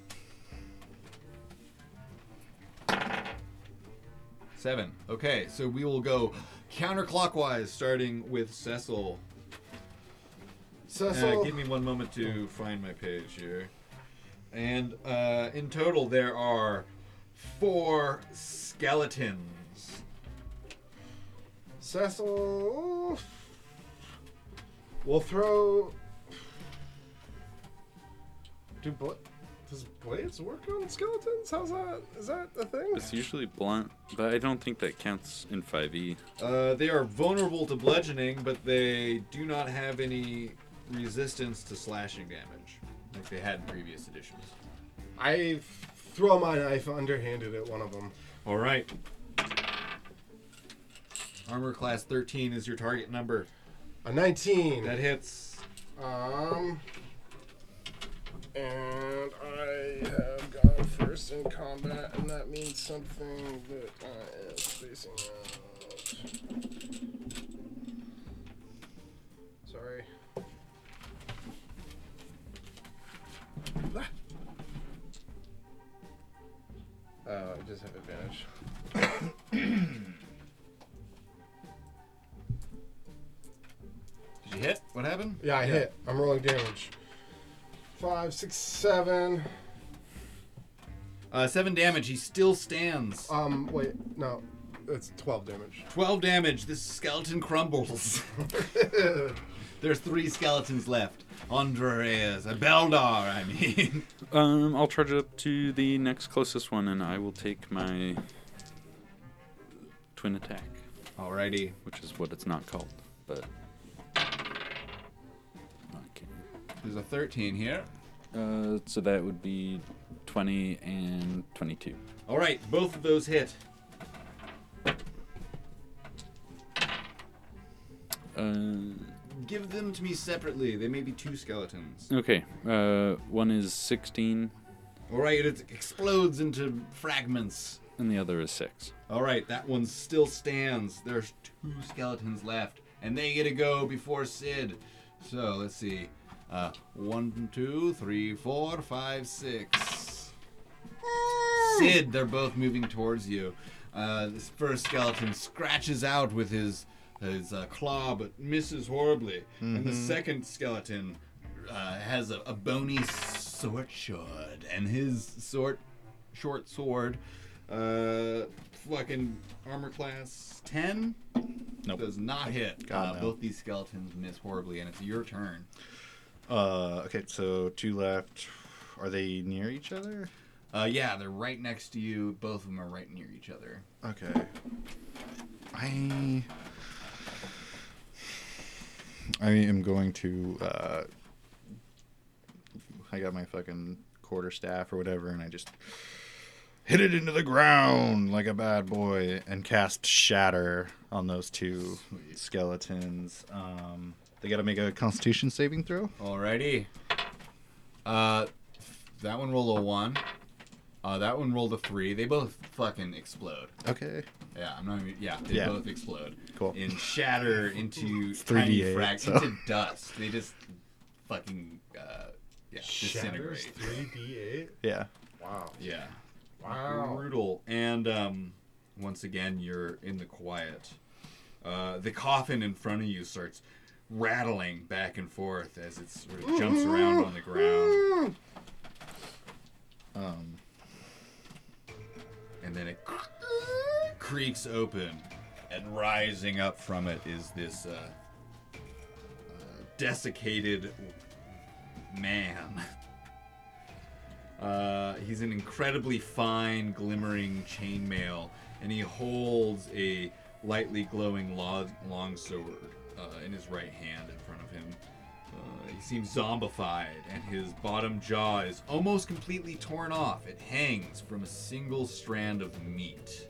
Speaker 11: Seven. Okay, so we will go counterclockwise, starting with Cecil.
Speaker 7: Cecil-
Speaker 11: Uh, give me one moment to find my page here. And uh, in total, there are four skeletons.
Speaker 9: Cecil. We'll throw. Do bla- does blades work on skeletons? How's that? Is that a thing?
Speaker 4: It's usually blunt, but I don't think that counts in E. 5e.
Speaker 11: Uh, they are vulnerable to bludgeoning, but they do not have any resistance to slashing damage, like they had in previous editions.
Speaker 9: I throw my knife underhanded at one of them.
Speaker 11: All right. Armor class 13 is your target number.
Speaker 9: A 19.
Speaker 11: That hits.
Speaker 9: Um. And I have gone first in combat, and that means something that I am spacing out. Sorry. Ah! Oh, I just have advantage.
Speaker 11: Did you hit? What happened?
Speaker 9: Yeah, I hit. I'm rolling damage. Five, six, seven.
Speaker 11: Uh, seven damage. He still stands.
Speaker 9: Um, wait, no. That's 12 damage.
Speaker 11: 12 damage. This skeleton crumbles. There's three skeletons left. Andreas, a Beldar, I mean.
Speaker 4: Um, I'll charge up to the next closest one, and I will take my twin attack.
Speaker 11: Alrighty.
Speaker 4: Which is what it's not called, but
Speaker 11: There's a 13 here.
Speaker 4: uh, so that would be 20 and 22.
Speaker 11: All right, both of those hit.
Speaker 4: Uh,
Speaker 11: Give them to me separately. They may be two skeletons.
Speaker 4: Okay, uh, one is 16
Speaker 11: All right, it explodes into fragments.
Speaker 4: and the other is 6.
Speaker 11: All right, that one still stands. There's two skeletons left, and they get to go before Sid. So let's see. Uh, one, two, three, four, five, six. Sid, they're both moving towards you. Uh, this first skeleton scratches out with his his uh, claw, but misses horribly. And the
Speaker 8: Mhm.
Speaker 11: second skeleton uh, has a, a bony sword shod, and his sword, short sword, uh, fucking armor class ten.
Speaker 8: Nope.
Speaker 11: Does not hit.
Speaker 8: God,
Speaker 11: uh,
Speaker 8: no.
Speaker 11: Both these skeletons miss horribly, and it's your turn.
Speaker 8: Uh, okay, so two left. Are they near each other?
Speaker 11: Uh, yeah, they're right next to you. Both of them are right near each other.
Speaker 8: Okay. I I am going to uh I got my fucking quarter staff or whatever and I just hit it into the ground like a bad boy and cast shatter on those two skeletons. Um they got to make a constitution saving throw.
Speaker 11: Alrighty. Uh, that one rolled a one. Uh, that one rolled a three. They both fucking explode.
Speaker 8: Okay.
Speaker 11: Yeah, I'm not even. Yeah, they
Speaker 8: Yeah.
Speaker 11: both explode.
Speaker 8: Cool.
Speaker 11: And shatter into
Speaker 8: It's
Speaker 11: tiny
Speaker 8: 3D8,
Speaker 11: frag-
Speaker 8: so.
Speaker 11: into dust. They just fucking uh, yeah
Speaker 9: Shatters
Speaker 11: disintegrate.
Speaker 9: 3d8?
Speaker 8: Yeah.
Speaker 9: Wow.
Speaker 11: Yeah.
Speaker 9: Wow.
Speaker 11: Brutal. And um, once again, you're in the quiet. Uh, the coffin in front of you starts rattling back and forth as it sort of jumps around on the ground.
Speaker 8: Um
Speaker 11: And then it creaks open, and rising up from it is this uh, uh, desiccated man. Uh, he's an incredibly fine, glimmering chainmail, and he holds a lightly glowing long, long sword uh, in his right hand in front of him. Uh, he seems zombified, and his bottom jaw is almost completely torn off. It hangs from a single strand of meat.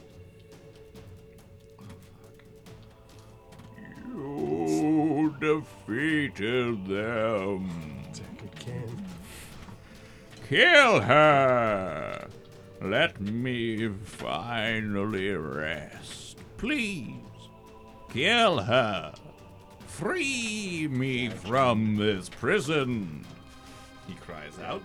Speaker 11: Oh,
Speaker 7: You defeated them. Kill her. Let me finally rest. Please, kill her. Free me from this prison.
Speaker 11: He cries out.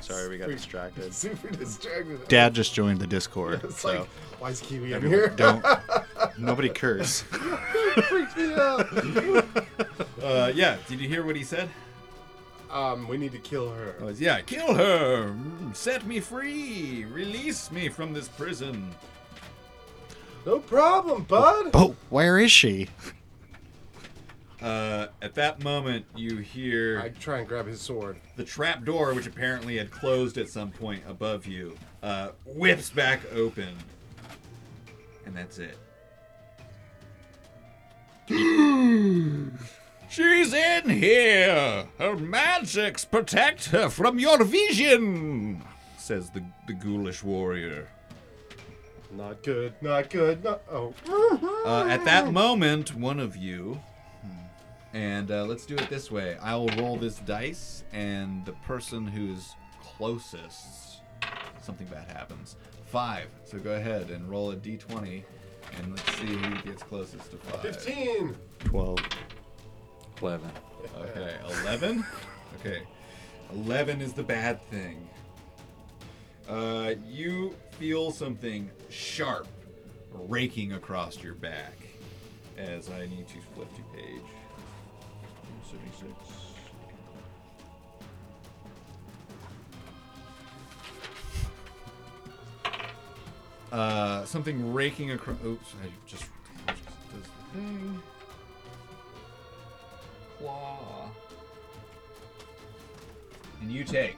Speaker 8: Sorry, we got
Speaker 9: Super-
Speaker 8: distracted.
Speaker 9: Super distracted.
Speaker 8: Dad just joined the Discord.
Speaker 9: It's
Speaker 8: so
Speaker 9: like, why is Kiwi in
Speaker 8: everyone
Speaker 9: here?
Speaker 8: don't nobody curse.
Speaker 9: Freaks me out.
Speaker 11: Uh, yeah, did you hear what he said?
Speaker 9: Um, we need to kill her.
Speaker 11: Oh, yeah, kill her! Set me free! Release me from this prison!
Speaker 9: No problem, bud.
Speaker 8: Oh, where is she?
Speaker 11: Uh, at that moment, you hear
Speaker 9: I try and grab his sword.
Speaker 11: the trap door, which apparently had closed at some point above you, uh, whips back open. And that's it.
Speaker 7: She's in here! Her magics protect her from your vision!
Speaker 11: Says the, the ghoulish warrior.
Speaker 9: Not good. Not good. Not. Oh.
Speaker 11: Uh, at that moment, one of you. And uh, let's do it this way. I'll roll this dice, and the person who's closest, something bad happens. Five. So go ahead and roll a d20, and let's see who gets closest to five.
Speaker 9: Fifteen.
Speaker 8: 12.
Speaker 4: 11.
Speaker 11: Okay, 11? Okay. 11 is the bad thing. Uh, you feel something sharp raking across your back as I need to flip to page 76. Uh, something raking across. Oops, I just, just does the thing. Claw. And you take.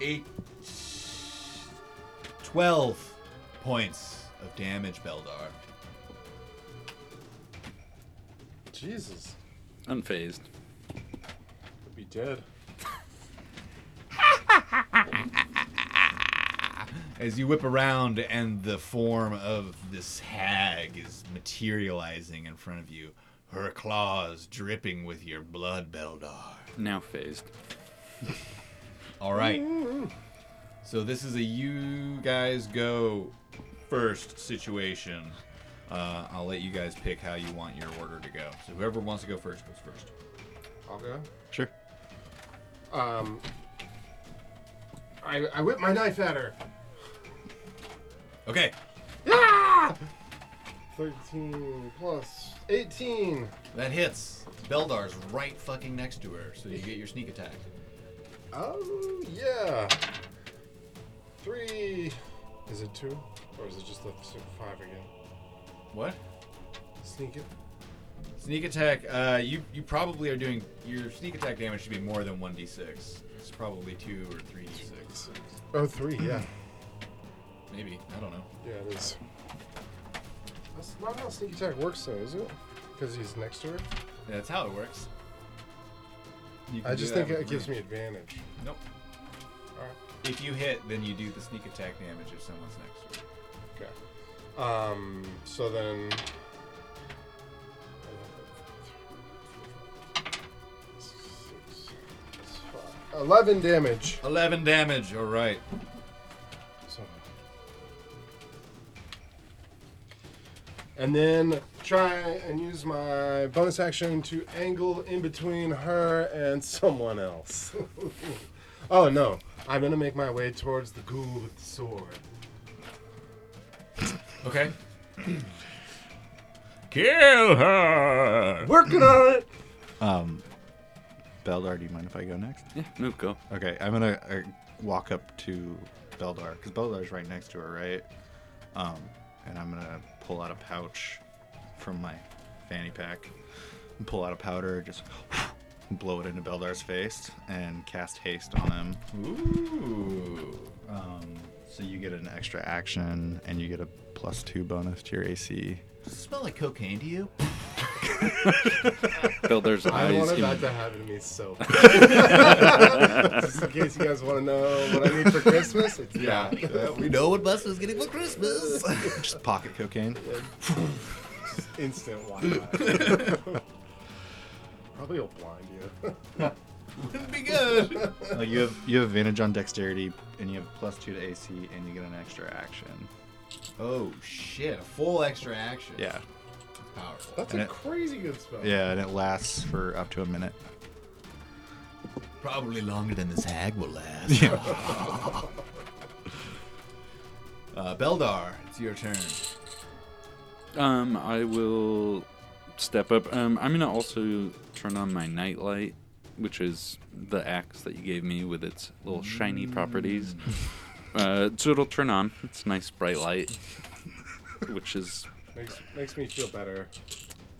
Speaker 11: Eight. 12 points of damage, Beldar.
Speaker 9: Jesus.
Speaker 4: Unfazed.
Speaker 9: I'd be dead.
Speaker 11: As you whip around and the form of this hag is materializing in front of you, her claws dripping with your blood, Beldar.
Speaker 4: Now phased.
Speaker 11: All right. So this is a you guys go first situation. Uh, I'll let you guys pick how you want your order to go. So whoever wants to go first goes first.
Speaker 9: I'll go.
Speaker 11: Sure.
Speaker 9: Um. I, I whip my knife at her.
Speaker 11: Okay.
Speaker 9: Ah! 13 plus 18.
Speaker 11: That hits. Beldar's right fucking next to her, so you get your sneak attack.
Speaker 9: Oh, yeah. Three. Is it two? Or is it just the two, five again?
Speaker 11: What?
Speaker 9: Sneak it.
Speaker 11: Sneak attack. Uh, you you probably are doing your sneak attack damage should be more than one d six. It's probably two or three d six.
Speaker 9: Oh, three, yeah.
Speaker 11: Maybe I don't know.
Speaker 9: Yeah, it is. That's not how sneak attack works, though, is it? Because he's next to her?
Speaker 11: That's how it works. You can
Speaker 9: I
Speaker 11: do
Speaker 9: just
Speaker 11: that
Speaker 9: think
Speaker 11: with
Speaker 9: it gives me
Speaker 11: range.
Speaker 9: advantage.
Speaker 11: Nope. If you hit, then you do the sneak attack damage if someone's next to you.
Speaker 9: Okay. Um, so then. Eleven damage.
Speaker 11: Eleven damage. All right.
Speaker 9: So. And then try and use my bonus action to angle in between her and someone else. oh no, I'm gonna make my way towards the ghoul with the sword.
Speaker 11: Okay.
Speaker 4: Kill her.
Speaker 9: Working on it.
Speaker 8: Um, Beldar, do you mind if I go next?
Speaker 4: Yeah, move, go.
Speaker 8: Okay, I'm gonna uh, walk up to Beldar because Beldar's right next to her, right? Um, and I'm gonna pull out a pouch from my fanny pack and pull out a powder, just blow it into Beldar's face and cast haste on him.
Speaker 11: Ooh.
Speaker 8: Um, so you get an extra action and you get a plus two bonus to your AC.
Speaker 11: Does it smell like cocaine to you?
Speaker 4: Beldar's
Speaker 9: I
Speaker 4: eyes.
Speaker 9: wanted
Speaker 4: im-
Speaker 9: that to happen to me so. bad. Just in case you guys want to know what I need for Christmas, it's
Speaker 11: Yeah,
Speaker 9: that.
Speaker 11: yeah, we know what Buster's getting for Christmas.
Speaker 8: Just pocket cocaine.
Speaker 9: Just Instant Wi-Fi. Probably will blind you.
Speaker 11: Wouldn't be good.
Speaker 8: Uh, you have you have advantage on dexterity, and you have plus two to AC, and you get an extra action.
Speaker 11: Oh shit! A full extra action.
Speaker 8: Yeah,
Speaker 11: Powerful.
Speaker 9: That's
Speaker 8: And
Speaker 9: a
Speaker 8: it-
Speaker 9: crazy good spell.
Speaker 8: yeah, and it lasts for up to a minute.
Speaker 11: Probably longer than this hag will last. uh, Beldar, it's your turn.
Speaker 4: Um, I will step up. Um, I'm gonna also turn on my nightlight, which is the axe that you gave me with its little shiny properties. Uh, so it'll turn on. It's a nice bright light, which is,
Speaker 9: Makes, makes me feel better.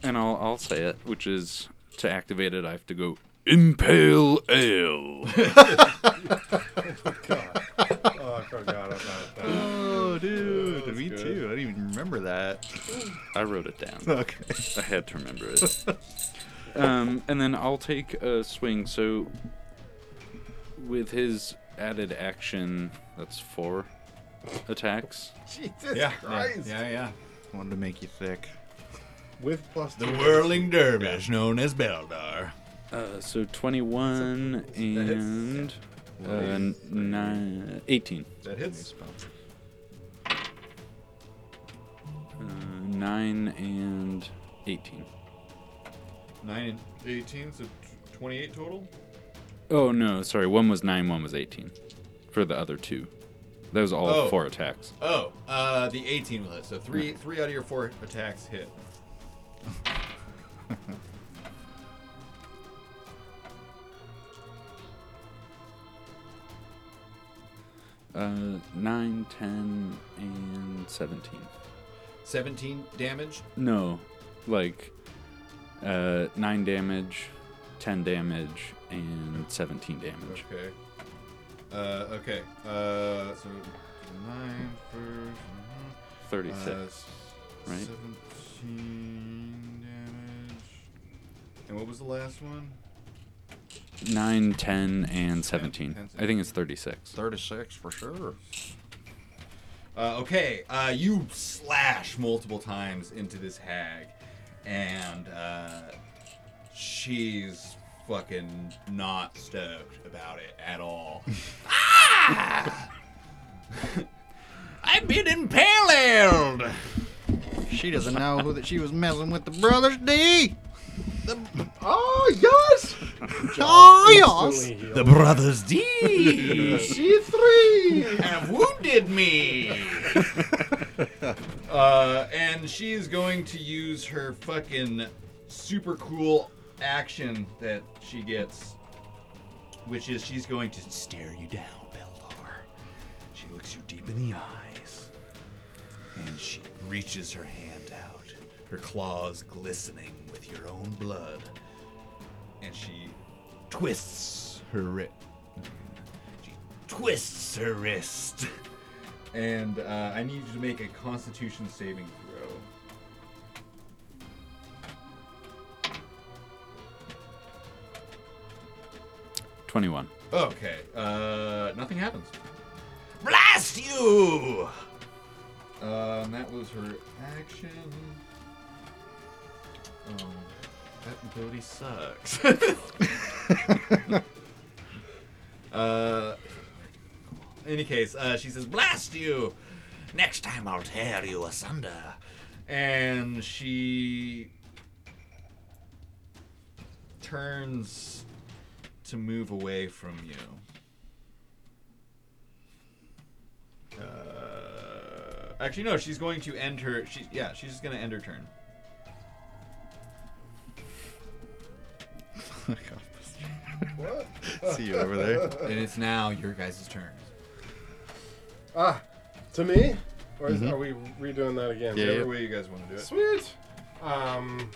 Speaker 4: and I'll I'll say it, which is to activate it. I have to go impale ale.
Speaker 9: Oh, I forgot about that.
Speaker 8: Oh, dude, me
Speaker 9: good.
Speaker 8: too. I didn't even remember that.
Speaker 4: I wrote it down.
Speaker 8: Okay.
Speaker 4: I had to remember it. um, and then I'll take a swing. So, with his added action, that's four attacks.
Speaker 9: Jesus
Speaker 11: Yeah, yeah,
Speaker 9: Christ.
Speaker 11: yeah, yeah.
Speaker 8: Wanted to make you thick.
Speaker 9: With plus
Speaker 11: The
Speaker 9: two.
Speaker 11: whirling dervish known as Beldar.
Speaker 4: Uh, so 21 and uh, nine, 18.
Speaker 11: That hits.
Speaker 4: Uh, 9 and 18.
Speaker 11: Nine and eighteen, so t- twenty-eight total.
Speaker 4: Oh, no, sorry. One was 9, one was 18 for the other two. That was all
Speaker 11: Oh.
Speaker 4: four attacks.
Speaker 11: Oh, uh, the eighteen will hit. So three, three out of your four attacks hit.
Speaker 4: Uh, 9, 10, and 17.
Speaker 11: 17 damage.
Speaker 4: No, like uh, 9 damage, 10 damage, and 17 damage.
Speaker 11: Okay. Uh, okay. Uh, so nine first. mm-hmm.
Speaker 4: 36,
Speaker 11: Uh,
Speaker 4: right?
Speaker 11: Seventeen damage. And what was the last one?
Speaker 4: 9, 10, and 17. I think it's 36.
Speaker 11: 36 for sure. Uh, okay, uh, you slash multiple times into this hag, and uh, she's fucking not stoked about it at all. ah! I've been impaled!
Speaker 8: She doesn't know who that she was messing with the brothers D.
Speaker 5: Oh yes!
Speaker 8: Oh yes!
Speaker 7: The brothers D.
Speaker 5: C three
Speaker 11: have wounded me. uh, and she's going to use her fucking super cool action that she gets, which is she's going to stare you down, Beldar. She looks you deep in the eyes, and she reaches her hand out, her claws glistening with your own blood, and she twists her wrist twists her wrist. And uh, I need you to make a Constitution saving throw.
Speaker 4: Twenty-one.
Speaker 11: Okay. Uh, nothing happens. Blast you! Um, that was her action. Um, that ability sucks. uh, in any case, uh, she says, "Blast you! Next time I'll tear you asunder." And she turns to move away from you. Uh, actually, no. She's going to end her. She yeah. She's just going to end her turn.
Speaker 9: What?
Speaker 11: and it's now your guys' turn.
Speaker 9: Ah, to me? Or is,
Speaker 11: Mhm.
Speaker 9: are we redoing that again?
Speaker 11: Yeah, Whatever yeah. way you guys wanna do it.
Speaker 9: Sweet. Um,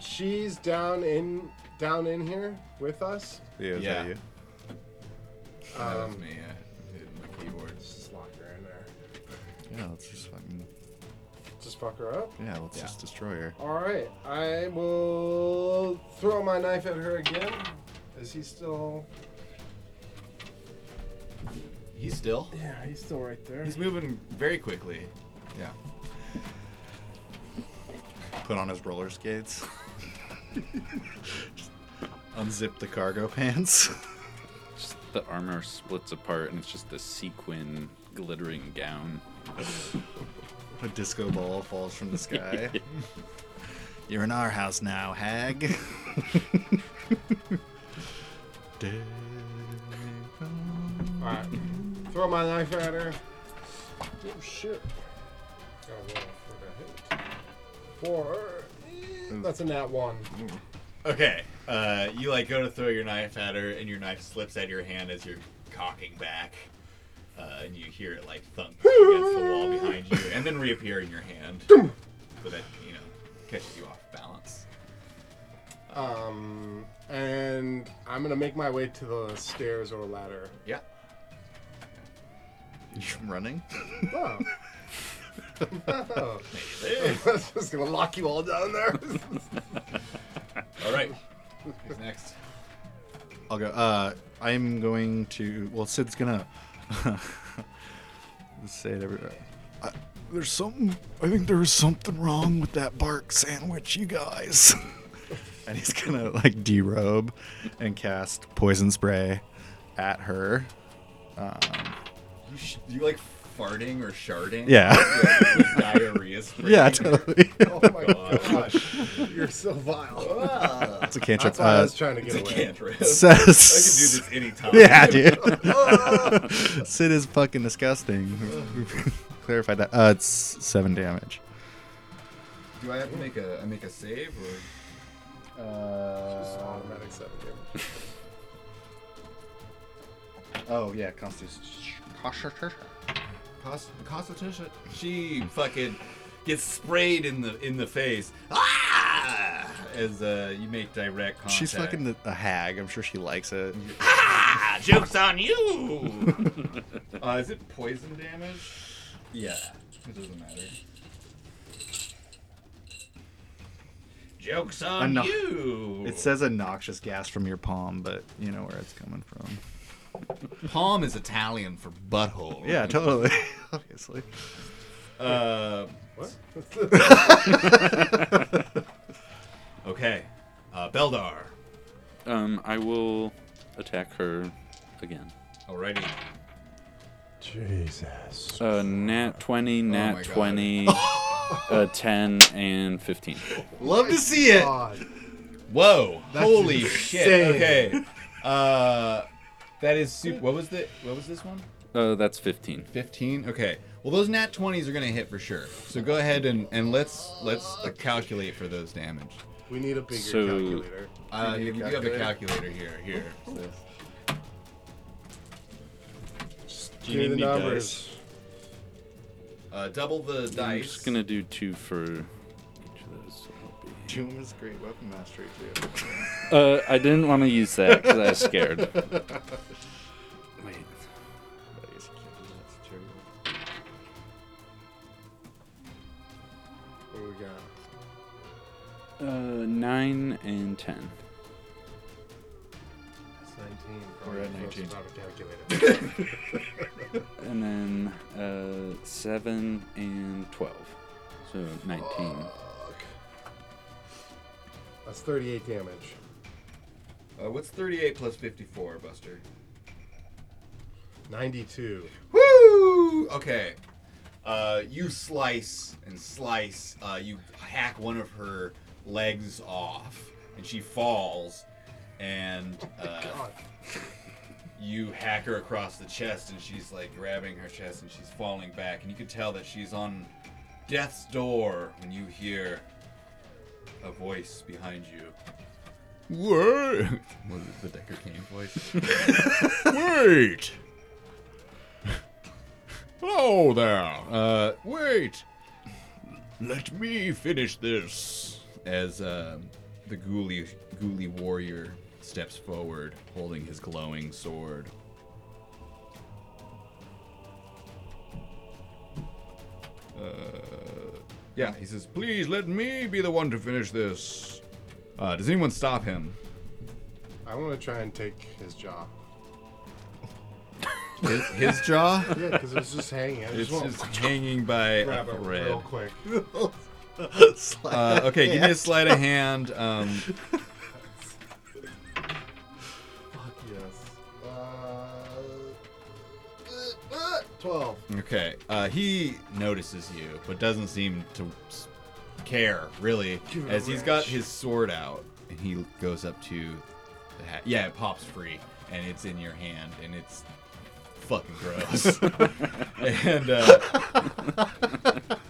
Speaker 9: she's down in down in here with us.
Speaker 8: Yeah, is that you?
Speaker 9: Um,
Speaker 11: that was me. I hit my keyboard.
Speaker 9: Just lock her in there.
Speaker 8: Yeah, let's just fucking.
Speaker 9: Just fuck her up.
Speaker 8: Yeah, let's just destroy her.
Speaker 9: All right, I will throw my knife at her again. Is he still?
Speaker 11: He's still.
Speaker 9: Yeah, he's still right there.
Speaker 11: He's moving very quickly.
Speaker 8: Yeah. Put on his roller skates. Unzip the cargo pants.
Speaker 4: Just the armor splits apart, and it's just the sequin glittering gown.
Speaker 8: A disco ball falls from the sky. You're in our house now, hag.
Speaker 9: All right, throw my knife at her. Oh shit! Gotta roll for the hit. Four. eh, That's a nat one.
Speaker 11: Okay. Uh, you like go to throw your knife at her, and your knife slips out of your hand as you're cocking back, uh, and you hear it like thump against the wall behind you, and then reappear in your hand. But that you know catches you off balance.
Speaker 9: Um, and I'm gonna make my way to the stairs or ladder.
Speaker 11: Yeah.
Speaker 8: You're running?
Speaker 9: Oh. no. I'm just gonna lock you all down there.
Speaker 11: All right. Who's next?
Speaker 8: I'll go. Uh, I'm going to. Well, Sid's gonna say it everywhere. I, there's something. I think there was something wrong with that bark sandwich, you guys. and he's gonna like derobe and cast poison spray at her. Um,
Speaker 11: You, sh- you like farting or sharding?
Speaker 8: Yeah.
Speaker 11: Like, diarrhea spraying?
Speaker 8: Yeah, totally.
Speaker 11: Oh my gosh.
Speaker 9: You're so vile.
Speaker 8: It's a cantrip.
Speaker 9: That's what I
Speaker 8: uh,
Speaker 9: was trying to get
Speaker 11: it's a
Speaker 9: away.
Speaker 11: cantrip.
Speaker 8: Sid-
Speaker 11: I could do this anytime.
Speaker 8: Yeah, dude. Sid is fucking disgusting. Clarified that. Uh, it's seven damage.
Speaker 11: Do I have to make a I make a save or?
Speaker 8: Uh,
Speaker 9: Automatic seven damage.
Speaker 8: Oh yeah, Constitution.
Speaker 11: Cost- Constitution. She fucking gets sprayed in the in the face. Ah! As uh, you make direct contact.
Speaker 8: She's fucking the, a hag. I'm sure she likes it.
Speaker 11: Ah, jokes on you. uh, is it poison damage? Yeah, it doesn't matter. Jokes on
Speaker 8: A no-
Speaker 11: you.
Speaker 8: It says a noxious gas from your palm, but you know where it's coming from.
Speaker 11: palm is Italian for butthole.
Speaker 8: Yeah, totally. Obviously.
Speaker 11: Uh, okay, uh, Beldar.
Speaker 4: Um, I will attack her again.
Speaker 11: Alrighty.
Speaker 9: Jesus.
Speaker 4: Uh, nat 20, nat
Speaker 11: Oh my God.
Speaker 4: 20, uh, 10, and 15.
Speaker 11: Love to see it. Whoa!
Speaker 4: That's
Speaker 11: Holy shit!
Speaker 4: insane.
Speaker 11: Okay, uh, that is super. What was the? What was this one?
Speaker 4: Uh, that's 15.
Speaker 11: 15 okay well those nat 20s are gonna hit for sure so go ahead and, and let's let's uh, calculate for those damage
Speaker 9: We need a bigger
Speaker 11: So-
Speaker 9: calculator.
Speaker 11: uh,
Speaker 9: We
Speaker 11: you,
Speaker 9: need
Speaker 11: you have a calculator here here
Speaker 9: Do you Give me need the any numbers.
Speaker 11: uh, double the
Speaker 4: I'm
Speaker 11: dice
Speaker 4: just gonna do two for each of those. so it'll be-
Speaker 8: Doom is great weapon mastery too.
Speaker 4: Uh, I didn't want to use that because I was scared. Wait.
Speaker 9: What we got?
Speaker 4: Uh, 9 and 10.
Speaker 9: That's 19.
Speaker 8: We're at 19.
Speaker 9: About a calculator.
Speaker 4: And then uh, 7 and 12. So 19.
Speaker 9: That's 38 damage.
Speaker 11: uh, what's 38 plus 54 buster
Speaker 9: 92.
Speaker 11: Woo! Okay. Uh, you slice and slice. Uh, you hack one of her legs off, and she falls. And uh, you hack her across the chest, and she's like grabbing her chest, and she's falling back. And you can tell that she's on death's door when you hear a voice behind you.
Speaker 7: Wait.
Speaker 11: Was it the Decker Kane voice?
Speaker 7: Wait. Hello there.
Speaker 11: Uh, wait. Let me finish this. As um, the ghouly, ghouly warrior steps forward, holding his glowing sword.
Speaker 7: Uh,
Speaker 11: yeah, he says, "Please let me be the one to finish this." Uh, does anyone stop him?
Speaker 9: I want to try and take his jaw.
Speaker 11: His, his jaw?
Speaker 9: Yeah, 'cause it's just hanging. I just
Speaker 11: It's
Speaker 9: want-
Speaker 11: just hanging by
Speaker 9: Grab it
Speaker 11: a thread.
Speaker 9: real quick.
Speaker 11: Uh, okay, give me a sleight of hand. Um,
Speaker 9: Fuck yes. Uh, uh, 12.
Speaker 11: Okay. Uh, he notices you, but doesn't seem to s- care really,
Speaker 9: Give it a
Speaker 11: as he's got his sword out and he goes up to the hat. Yeah, it pops free, and it's in your hand, and it's fucking gross. and uh,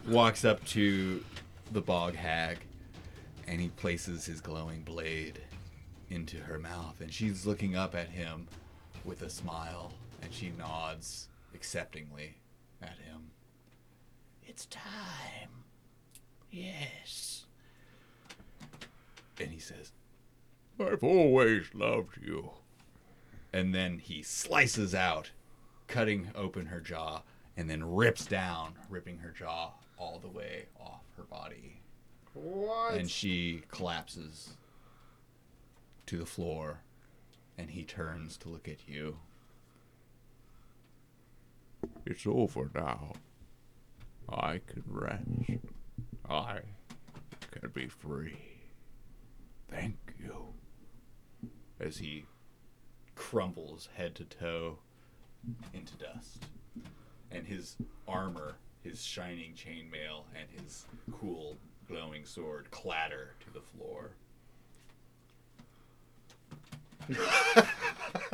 Speaker 11: walks up to the bog hag, and he places his glowing blade into her mouth, and she's looking up at him with a smile, and she nods acceptingly at him. It's time. Yes. And he says,
Speaker 7: I've always loved you.
Speaker 11: and then he slices out, cutting open her jaw, and then rips down, ripping her jaw all the way off her body.
Speaker 9: What?
Speaker 11: And she collapses to the floor, and he turns to look at you.
Speaker 7: It's over now. I can rest. I can be free. Thank you.
Speaker 11: as he crumbles head to toe into dust. And his armor, his shining chainmail, and his cool glowing sword clatter to the floor.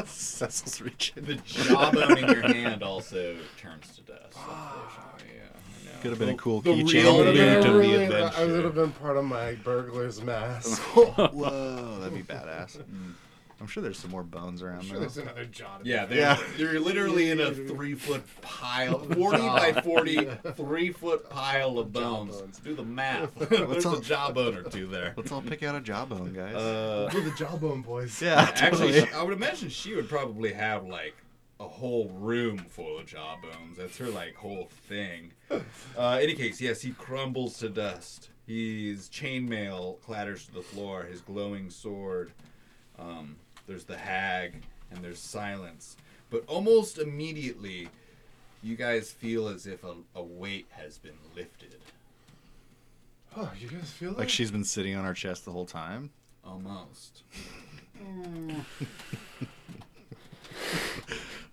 Speaker 8: Cecil's reaching.
Speaker 11: The jawbone in your hand also turns to dust. Unfortunately, yeah. I know.
Speaker 8: Could have been a cool
Speaker 11: The
Speaker 8: keychain.
Speaker 11: real
Speaker 8: Dude,
Speaker 11: man.
Speaker 8: to be
Speaker 9: Really, that- I
Speaker 8: adventure.
Speaker 9: would have been part of my burglar's mask.
Speaker 8: Whoa, that'd be Oh, badass. I'm sure there's some more bones around
Speaker 9: sure
Speaker 8: there.
Speaker 9: there's another Jonathan.
Speaker 11: Yeah, they're, they're literally in a three foot pile, 40 by 40, three foot pile of bones. Do the math. There's a jawbone or two there.
Speaker 8: Let's all pick out a jawbone, guys.
Speaker 11: Uh,
Speaker 9: We're the Jawbone Boys.
Speaker 8: Yeah,
Speaker 11: Actually,
Speaker 8: totally.
Speaker 11: she- I would imagine she would probably have like a whole room full of jawbones. That's her like whole thing. Uh, any case, yes, he crumbles to dust. His chainmail clatters to the floor. His glowing sword. Um, there's the hag, and there's silence. But almost immediately, you guys feel as if a, a weight has been lifted.
Speaker 9: Oh, you guys feel that?
Speaker 8: like she's been sitting on our chest the whole time.
Speaker 11: Almost.
Speaker 9: Mm.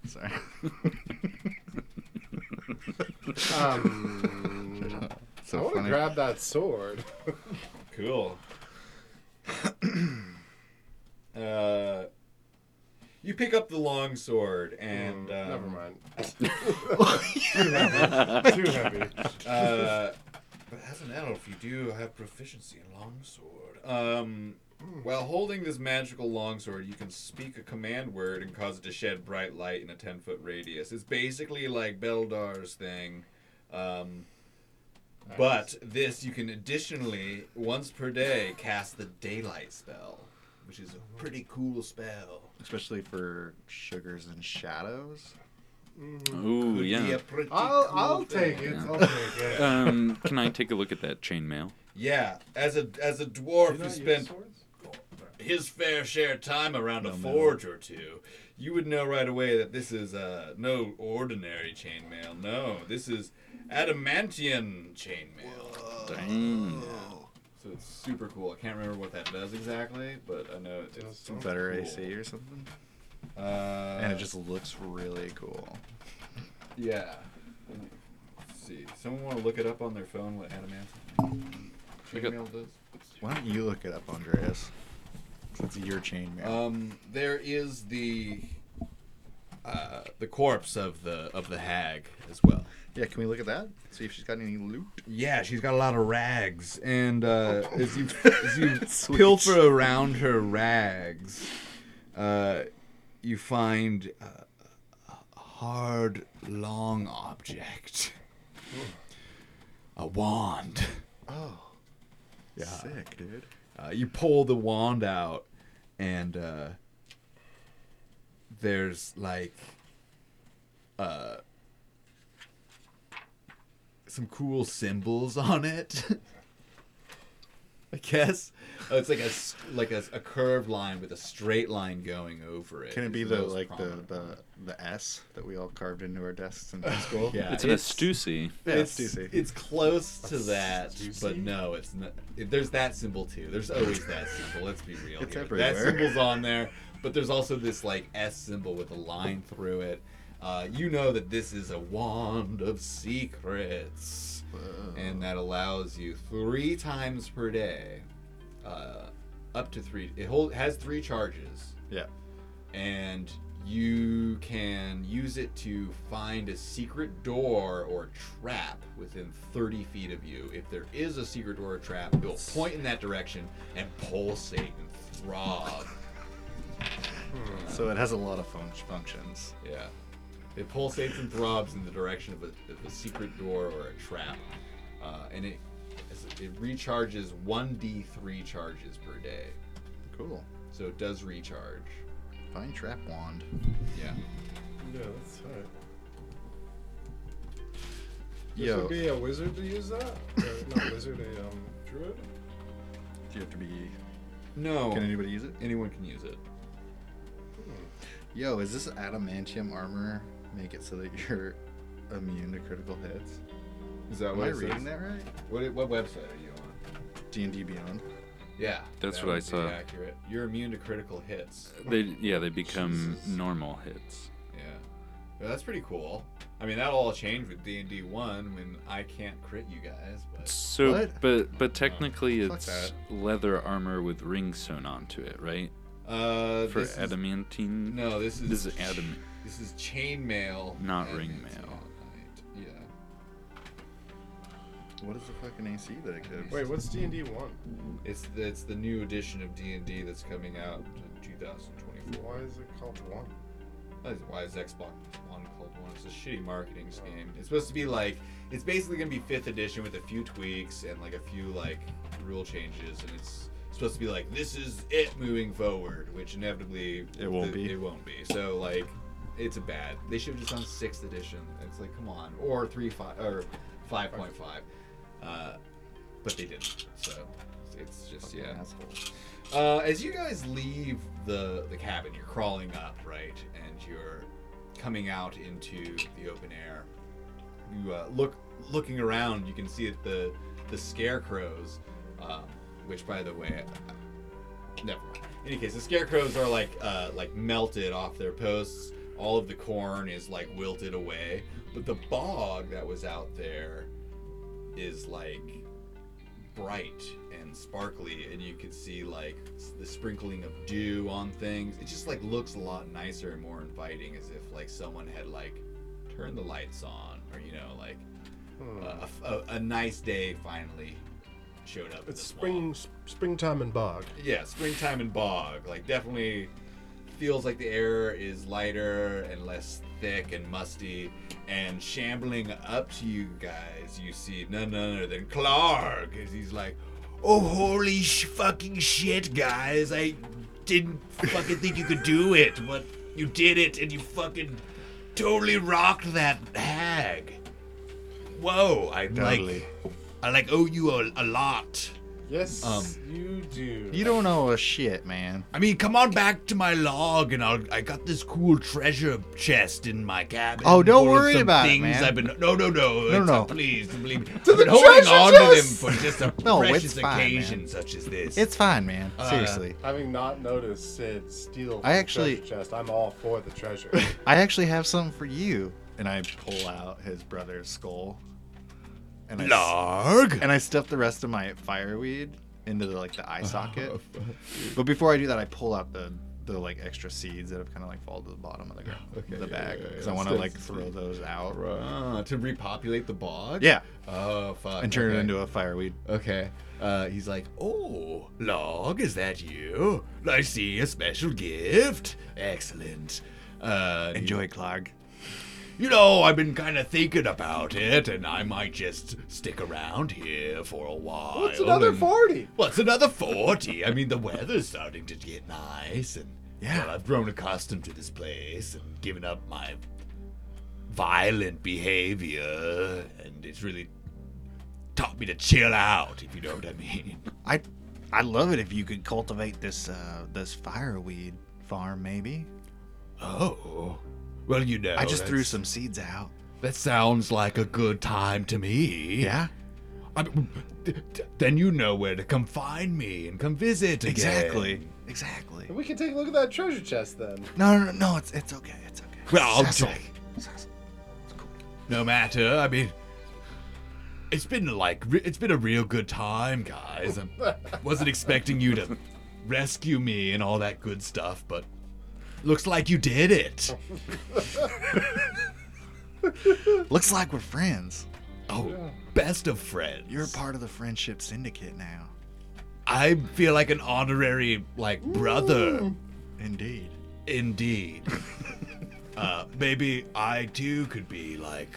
Speaker 8: Sorry.
Speaker 9: Um,
Speaker 8: So
Speaker 9: I want to
Speaker 8: funny.
Speaker 9: grab that sword.
Speaker 11: Cool. uh, you pick up the long sword and um,
Speaker 9: Mm, Never mind. Too heavy. Too heavy.
Speaker 11: Uh, but as an elf, you do have proficiency in longsword. Um, while holding this magical longsword, you can speak a command word and cause it to shed bright light in a ten foot radius. It's basically like Beldar's thing. Um, but this, you can additionally, once per day, cast the daylight spell, which is a pretty cool spell.
Speaker 8: Especially for sugars and shadows.
Speaker 4: Ooh,
Speaker 11: Could be
Speaker 4: yeah.
Speaker 11: a pretty
Speaker 9: I'll-
Speaker 11: cool
Speaker 9: I'll
Speaker 11: thing.
Speaker 9: take it. I'll take it.
Speaker 4: um, can I take a look at that chainmail?
Speaker 11: Yeah, as a as a dwarf who spent his fair share of time around a forge or two, you would know right away that this is uh, no ordinary chainmail. No, this is adamantium chainmail.
Speaker 4: Dang.
Speaker 11: So it's super cool. I can't remember what that does exactly, but I know it- it's super
Speaker 8: Better
Speaker 11: cool.
Speaker 8: AC or something.
Speaker 11: Uh,
Speaker 8: and it just looks really cool.
Speaker 11: yeah. Let me see, someone want to look it up on their phone what adamantium chainmail does?
Speaker 8: Why don't you look it up, Andreas? 'Cause It's your chainmail.
Speaker 11: Um, there is the uh, the corpse of the of the hag as well.
Speaker 8: yeah, can we look at that? See if she's got any loot.
Speaker 11: Yeah, she's got a lot of rags, and uh,
Speaker 8: Oh,
Speaker 11: as you as you pilfer around her rags, uh, you find uh, a hard, long object, a wand.
Speaker 8: Oh,
Speaker 11: Yeah.
Speaker 8: sick, dude.
Speaker 11: Uh, you pull the wand out, and uh, there's like uh, some cool symbols on it. I guess Uh, it's like a s- like a, a curved line with a straight line going over it.
Speaker 8: Can it
Speaker 11: is
Speaker 8: be the
Speaker 11: most
Speaker 8: like the,
Speaker 11: prominent.
Speaker 8: the the S that we all carved into our desks in high school?
Speaker 11: Yeah,
Speaker 4: It's an astusi.
Speaker 8: Yeah,
Speaker 11: it's,
Speaker 8: Stussy.
Speaker 11: it's close to that, but no, it's not. it- There's that symbol too. There's always that symbol. Let's be real.
Speaker 8: It's
Speaker 11: here. That
Speaker 8: everywhere.
Speaker 11: symbol's on there, but there's also this like S symbol with a line through it. Uh, you know that this is a wand of secrets, and that allows you three times per day, uh, up to three. It hold, has three charges
Speaker 8: Yeah.
Speaker 11: and you can use it to find a secret door or trap within 30 feet of you. If there is a secret door or trap, it will point in that direction and pulsate and throb.
Speaker 8: So it has a lot of fun- functions.
Speaker 11: Yeah. It pulsates and throbs in the direction of a, of a secret door or a trap. Uh, and it, it recharges 1d3 charges per day.
Speaker 8: Cool.
Speaker 11: So it does recharge.
Speaker 8: Fine trap wand.
Speaker 11: Yeah.
Speaker 9: Yeah, that's all right. This
Speaker 8: Yo,
Speaker 9: would be a wizard to use that? Or not wizard, a um, druid?
Speaker 8: do you have to be?
Speaker 11: No.
Speaker 8: Can anybody use it?
Speaker 11: Anyone can use it.
Speaker 8: Yo, is this adamantium armor make it so that you're immune to critical hits?
Speaker 11: Is that
Speaker 8: Am
Speaker 11: what
Speaker 8: I
Speaker 11: it
Speaker 8: reading
Speaker 11: says?
Speaker 8: that right?
Speaker 11: What, what website are you on?
Speaker 8: D and D Beyond.
Speaker 11: Yeah,
Speaker 4: That's
Speaker 11: that
Speaker 4: what I
Speaker 11: would be
Speaker 4: saw.
Speaker 11: Accurate. You're immune to critical hits.
Speaker 4: They yeah, they become
Speaker 11: Jesus.
Speaker 4: normal hits.
Speaker 11: Yeah, Well, that's pretty cool. I mean, that'll all change with D and D one when I can't crit you guys. But
Speaker 4: So,
Speaker 8: What?
Speaker 4: but but technically,
Speaker 8: fuck
Speaker 4: it's
Speaker 8: that.
Speaker 4: leather armor with rings sewn onto it, right?
Speaker 11: uh,
Speaker 4: For
Speaker 11: this is-
Speaker 4: adamantine.
Speaker 11: no, this is
Speaker 4: this is adam.
Speaker 11: This is chainmail,
Speaker 4: Not
Speaker 11: and
Speaker 4: ring
Speaker 11: it's
Speaker 4: mail.
Speaker 11: adamantite. Yeah.
Speaker 8: What is the fucking AC that it gives?
Speaker 9: Wait, what's D and D one?
Speaker 11: It's the, it's the new edition of D and D that's coming out in 2024.
Speaker 9: Why is it called one?
Speaker 11: Why is- Why is Xbox One called one? It's a shitty marketing scheme. It's supposed to be like it's basically gonna be fifth edition with a few tweaks and like a few like rule changes, and it's supposed to be like this is it moving forward, which inevitably
Speaker 8: It won't
Speaker 11: th-
Speaker 8: be.
Speaker 11: It won't be. So like it's a bad. They should have just done sixth edition. It's like come on, or three five or five point five, uh, but they didn't. So it's just yeah. Uh, as you guys leave the the cabin, you're crawling up, right, and you're coming out into the open air. You uh, look looking around. You can see that the the scarecrows, um, which by the way, never mind. In any case, the scarecrows are like uh, like melted off their posts. All of the corn is like wilted away, but the bog that was out there is like bright and sparkly, and you can see like s- the sprinkling of dew on things. It just like looks a lot nicer and more inviting, as if like someone had like turned the lights on, or you know, like a- a, f- a- a nice day finally showed up. in
Speaker 9: It's
Speaker 11: the swamp.
Speaker 9: spring, s- springtime and bog.
Speaker 11: Yeah, springtime and bog. Like definitely feels like the air is lighter and less thick and musty. And shambling up to you guys, you see none other than Clark as he's like,
Speaker 7: Oh, holy sh- fucking shit, guys. I didn't fucking think you could do it, but you did it and you fucking totally rocked that hag. Whoa, I
Speaker 8: Totally.
Speaker 7: like I like owe you a, a lot.
Speaker 9: Yes,
Speaker 8: Um,
Speaker 9: you do.
Speaker 8: You don't know a shit, man.
Speaker 7: I mean, come on back to my log, and I'll. I got this cool treasure chest in my cabin.
Speaker 8: Oh, don't
Speaker 7: full of
Speaker 8: worry
Speaker 7: some
Speaker 8: about it,
Speaker 7: things
Speaker 8: man.
Speaker 7: I've been no, no, no,
Speaker 8: No,
Speaker 7: it's-
Speaker 8: no.
Speaker 7: Please believe me.
Speaker 8: To
Speaker 7: I've
Speaker 8: the
Speaker 7: been holding
Speaker 8: treasure
Speaker 7: on to them
Speaker 8: chest!
Speaker 7: for just a
Speaker 8: No, it's
Speaker 7: precious
Speaker 8: fine, man.
Speaker 7: occasion such as this.
Speaker 8: It's fine, man.
Speaker 7: Uh,
Speaker 8: Seriously.
Speaker 9: Having not noticed Sid steal
Speaker 8: I
Speaker 9: the
Speaker 8: actually-
Speaker 9: treasure chest, I'm all for the treasure.
Speaker 8: I actually have something for you. And I pull out his brother's skull. And I,
Speaker 7: Larg.
Speaker 8: And I stuff the rest of my fireweed into the, like the eye socket. but before I do that, I pull out the the like extra seeds that have kind of like fallen to the bottom of the ground, the bag,
Speaker 11: yeah,
Speaker 8: because
Speaker 11: yeah.
Speaker 8: I want to
Speaker 11: That's-
Speaker 8: like throw those out.
Speaker 11: ah, to repopulate the bog.
Speaker 8: Yeah.
Speaker 11: Oh fuck.
Speaker 8: And turn it
Speaker 11: okay.
Speaker 8: into a fireweed.
Speaker 11: Okay. Uh, he's like,
Speaker 7: Oh, Log, is that you? I see a special gift. Excellent. Uh,
Speaker 8: Enjoy, Clog.
Speaker 7: You know, I've been kind of thinking about it, and I might just stick around here for a while.
Speaker 11: What's another
Speaker 9: 40?
Speaker 7: What's another 40? I mean, the weather's starting to get nice, and yeah. I've grown accustomed to this place and given up my violent behavior, and it's really taught me to chill out, if you know what I mean.
Speaker 5: I, I love it if you could cultivate this uh, this fireweed farm, maybe.
Speaker 7: Oh. Well, you know.
Speaker 11: Oh,
Speaker 5: I just threw
Speaker 7: that's-
Speaker 5: some seeds out.
Speaker 7: That sounds like a good time to me.
Speaker 5: Yeah.
Speaker 7: I mean, th- th- then you know where to come find me and come visit again.
Speaker 5: Exactly. Exactly.
Speaker 9: we can take a look at that treasure chest then.
Speaker 5: No, no, no, no. It's it's okay. It's okay.
Speaker 7: Well, I'll
Speaker 5: Cecil.
Speaker 7: take.
Speaker 5: Cecil.
Speaker 7: No matter. I mean, it's been like re- it's been a real good time, guys. I wasn't expecting you to rescue me and all that good stuff, but looks like you did it.
Speaker 5: Looks like we're friends.
Speaker 7: Oh, best of friends.
Speaker 5: You're a part of the friendship syndicate now.
Speaker 7: I feel like an honorary like brother.
Speaker 5: Indeed.
Speaker 7: Indeed. uh, maybe I too could be like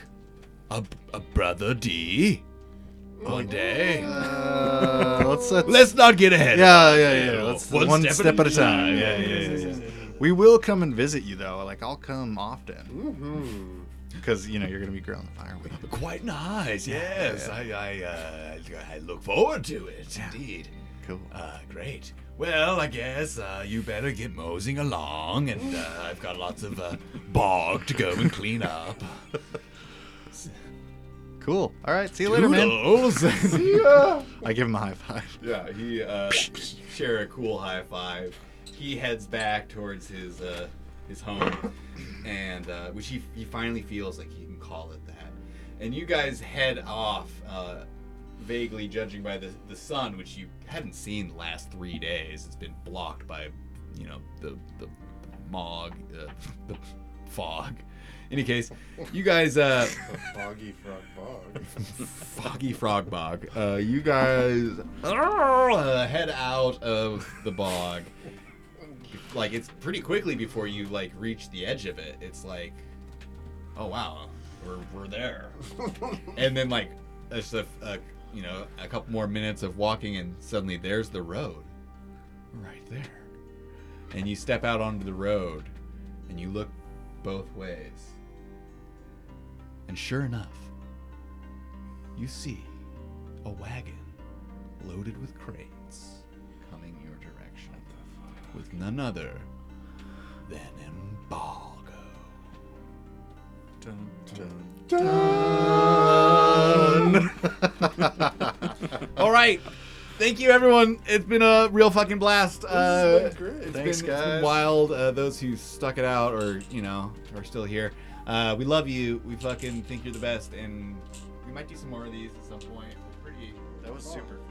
Speaker 7: a, a brother D one day.
Speaker 5: Uh, let's, let's
Speaker 7: Let's not get ahead. of
Speaker 5: Yeah, yeah, yeah.
Speaker 7: ourselves.
Speaker 5: Let's one, step, at a time. Yeah, yeah, yeah, yeah.
Speaker 8: We will come and visit you though. Like I'll come often
Speaker 5: Mm-hmm.
Speaker 8: because you know you're gonna be growing the fireweed.
Speaker 7: Quite nice. Yes, I I, uh, I look forward to it. Indeed.
Speaker 8: Cool.
Speaker 7: Uh, great. Well, I guess uh, you better get moseying along, and uh, I've got lots of uh, bog to go and clean up.
Speaker 8: Cool. All right. See you later,
Speaker 7: Toodles.
Speaker 8: man.
Speaker 9: See ya.
Speaker 8: I give him a high five.
Speaker 11: Yeah, he uh, share a cool high five. He heads back towards his uh, his home, and uh, which he, he finally feels like he can call it that. And you guys head off, uh, vaguely judging by the the sun, which you hadn't seen the last three days. It's been blocked by, you know, the the, the mog, uh, the fog, Any case, you guys, uh,
Speaker 9: Foggy frog bog.
Speaker 11: foggy frog bog. Uh, you guys uh, head out of the bog. Like it's pretty quickly before you like reach the edge of it. It's like, oh wow, we're we're there. and then like it's a, a you know a couple more minutes of walking, and suddenly there's the road, right there. And you step out onto the road, and you look both ways. And sure enough, you see a wagon loaded with crates coming your direction with none other than Embargo. Dun, dun, dun. All right. Thank you, everyone. It's been a real fucking blast. Uh,
Speaker 9: been great.
Speaker 11: it's
Speaker 8: Thanks,
Speaker 11: been- it's been
Speaker 8: guys.
Speaker 11: wild. Uh, those who stuck it out or, you know, are still here. Uh, we love you. We fucking think you're the best. And we might do some more of these at some point. We're pretty.
Speaker 8: That was super